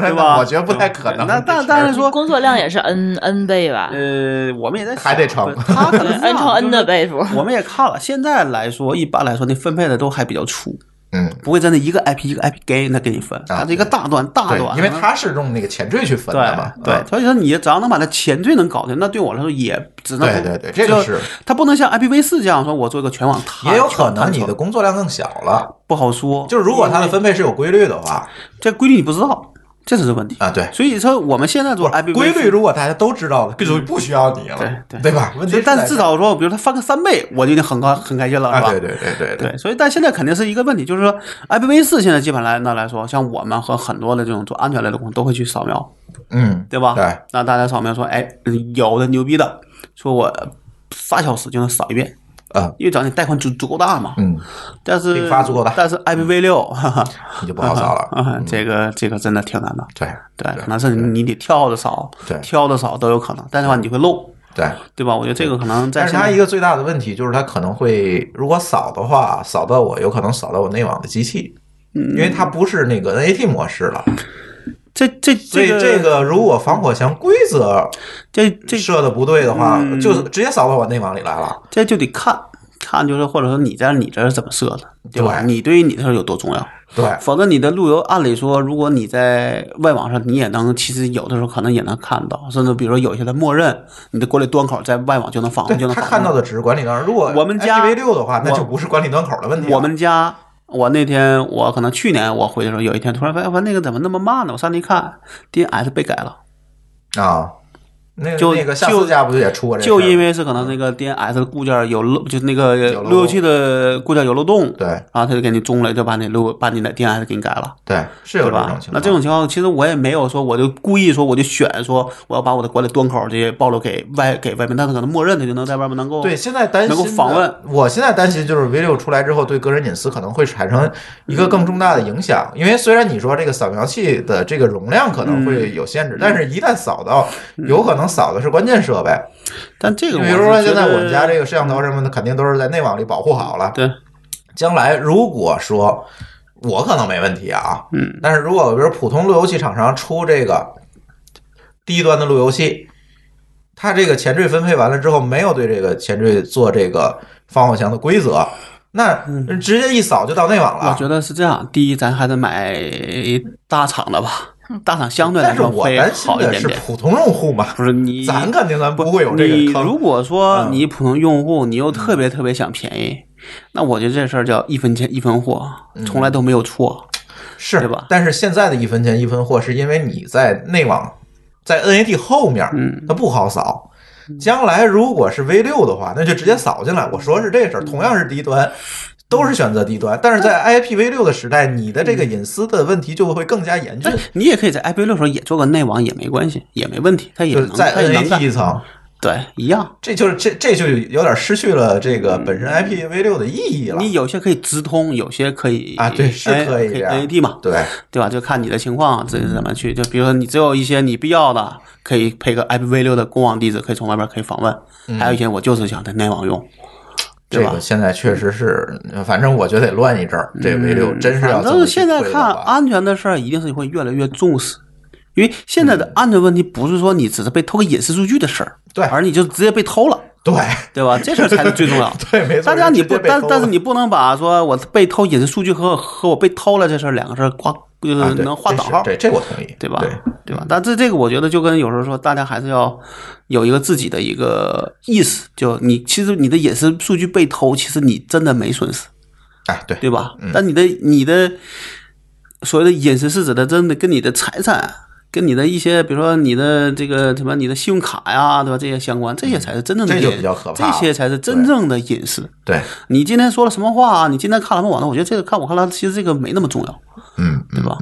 对吧？
我觉得不太可能
那
这
但
事儿
但是说，
工作量也是 n n 倍吧，
呃，我们也在想
还得乘
不他呃可
对
能是这
，n
样
乘 n 的。倍数
就。是 我们也看了，现在来说，一般来说，那分配的都还比较粗，
嗯，
不会真的一个 IP 一个 IP 给那给你分，它是一个大段大
啊对，
段，
因为它是用那个前缀去分的嘛。
对
嗯
对，所以说你只要能把它前缀能搞定，那对我来说也只能
对对对这个
就是它不能像 IPv 四这样说，我做一个全网探，
也有可能你
全
的
网
工作量更小了。
不好说，
就是如果它的分配是有规律的话，
这规律你不知道，这才是问题
啊对
所以说我们现在做 IPv4
规律如果大家都知道了，就不需要你了，
嗯对
对吧？问题是
但
在
至少说，比如它翻个三倍，我就已经很高很开心了，是吧？
啊，对对对对
对，所以但现在肯定是一个问题，就是说 IPv 四现在基本来那来说，像我们和很多的这种做安全类的公司都会去扫描，
嗯，
对吧？
对，
那大家扫描说，哎，有的牛逼的，说我仨小时就能扫一遍，
啊，
因为咱你带宽足足够大嘛。
嗯，
但是
并发足够大
但是 IPv 六，哈哈，
你就不好扫 了，嗯
啊，这个这个真的挺难的。
对
对，可能是你得跳着扫，
对
挑着扫都有可能，但是的话你会漏，
对。
对吧？我觉得这个可能在
但是
现
它
在
一个最大的问题就是，它可能会如果扫的话，扫到我有可能扫到我内网的机器，因为它不是那个 NAT 模式了。
这这
所以这个如果防火墙规则
这这
设的不对的话，
嗯
就直接扫到我内网里来了。
这就得看看，就是或者说你在你这儿怎么设的，对吧？
对
你对于你的事儿有多重要？
对，
否则你的路由，按理说，如果你在外网上，你也能，其实有的时候可能也能看到，甚至比如说有一些它默认你的国内端口在外网就能访，
对
就能
他
访
看到的只是管理端。如果
我们家
IPv 六的话，那
我
就不是管理端口的问题了。啊
我们家，我那天我可能去年我回的时候，有一天突然发现，哎我那个怎么那么慢呢？我上去一看，DNS 被改了，
啊，那
就
那个夏
就
思家不就也出过这事儿？
就因为是可能那个 DNS 的固件有漏，就是那个
有漏洞
路由器的固件有漏洞，
对
然后他就给你中了，就把你路把你的 DNS 给你改了。
对是有
对
这
吧
种？情况。
那这种情况，其实我也没有说，我就故意说，我就选说我要把我的管理端口这些暴露给外给外面，但是可能默认的就能在外面能够
对，现在担心
能够
的
访问。
我现在担心就是 V 六出来之后，对个人隐私可能会产生一个
嗯
更重大的影响。因为虽然你说这个扫描器的这个容量可能
嗯
会有限制，但是一旦扫到，有可能扫的是关键设备。
但嗯这个
就
我
比
是觉得，
如说现在我们家这个摄像头什么的，肯定都是在内网里保护好了。
对，
将来如果说我可能没问题啊，
嗯，
但是如果比如普通路由器厂商出这个低端的路由器，它这个前缀分配完了之后，没有对这个前缀做这个防火墙的规则，那直接一扫就到内网
嗯我
了。
觉得是这样。第一，咱还得买大厂的吧，大厂相对
但
来
是
说
我
会
担心
好一
的
点
是
点。嗯
普通用户嘛，
不是你，
咱肯定咱不会有这
你
个坑。
如果说
嗯
你普通用户，你又特别特别想便宜，那我觉得这事儿叫一分钱一分货，
嗯
从来都没有错。
是
对吧
但是现在的一分钱一分货，是因为你在内网，在 NAT 后面，
嗯
它不好扫。将来如果是 V 六的话，那就直接扫进来。我说是
嗯
这事儿，同样是低端，都是选择低端，但是在 IPv 六的时代，你的这
嗯
个隐私的问题就会更加严峻
但，你也可以在 IPv 六时候也做个内网，也没关系，也没问题，它也
就是
能，
在
它也能
NAT
干
一，层，
对，一样。
这就是这这就有点失去了这个本身 IPv 六的意义了。
嗯你有些可以直通，有些可以
啊，对，是
哎
可
可
以这样
NAT 嘛，
对，
对吧？就看你的情况，这是怎么去。就比如说，你只有一些你必要的，可以配个 IPv 六的公网地址，可以从外边可以访问；
嗯
还有一些我就是想在内网用，
这
对吧
个？现在确实是，反正我觉得得乱一阵儿。这 V 六真是要
嗯反
怎么
正
去
现在
推的
看啊
话
安全的事儿，一定是会越来越重视，因为现在的安全问题不是说你只是被偷个隐私数据的事儿，
嗯对
而你就直接被偷了，
对
对吧？这事 儿才是最重 要。
对，没错。
大家你不，
直接被
但
偷了
但是你不能把说我被偷隐私数据和和我被偷了这事儿两个事儿挂，就
啊
是
对
能画等
这是
号，
对，这我同意，
对吧？
对，
对吧？但这这个我觉得就跟有时候说，大家还是要有一个自己的一个意识，就你其实你的隐私数据被偷，其实你真的没损失，
哎，对，
对吧？但你的你的所谓的隐私是指的真的跟你的财产。跟你的一些，比如说你的这个什么，你的信用卡呀，对吧？这些相关，这些才是真正的
嗯这
隐，
就比较可怕了
这些才是真
对
正的隐私。
对，
你今天说了什么话、啊你今天看了什么网络？我觉得这个看我看来，其实这个没那么重要，
嗯，
对吧？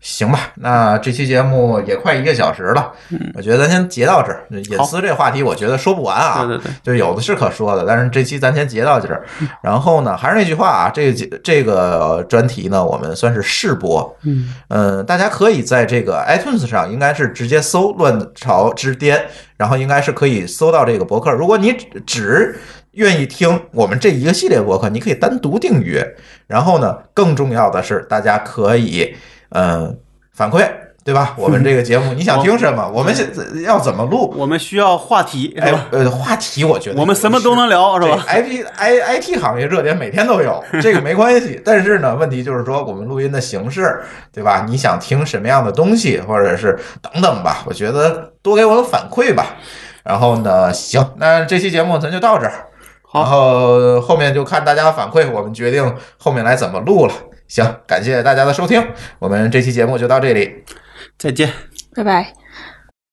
行吧。那这期节目也快一个小时了，
嗯
我觉得咱先截到这儿。隐私这话题，我觉得说不完啊，
对对对，
就有的是可说的。但是这期咱先截到这儿。然后呢，还是那句话啊，这个节这个专题呢，我们算是试播，嗯，呃，大家可以在这个 iTunes 上，应该是直接搜“乱潮之巅”，然后应该是可以搜到这个博客。如果你只只愿意听我们这一个系列博客，你可以单独订阅。然后呢，更重要的是，大家可以嗯、呃反馈，对吧？我们这个节目你想听什么？我们现在要怎么录？
我们需要话题，是
哎
吧？，
呃，话题我觉得
我们什么都能聊，是
对
吧？
？I P I I T 行业热点每天都 有，这个没关系。但是呢，问题就是说我们录音的形式，对吧？你想听什么样的东西，或者是等等吧？我觉得多给我个反馈吧。然后呢，行，那这期节目咱就到这儿。
好
然后后面就看大家的反馈，我们决定后面来怎么录了。行，感谢大家的收听，我们这期节目就到这里，
再见。
拜拜。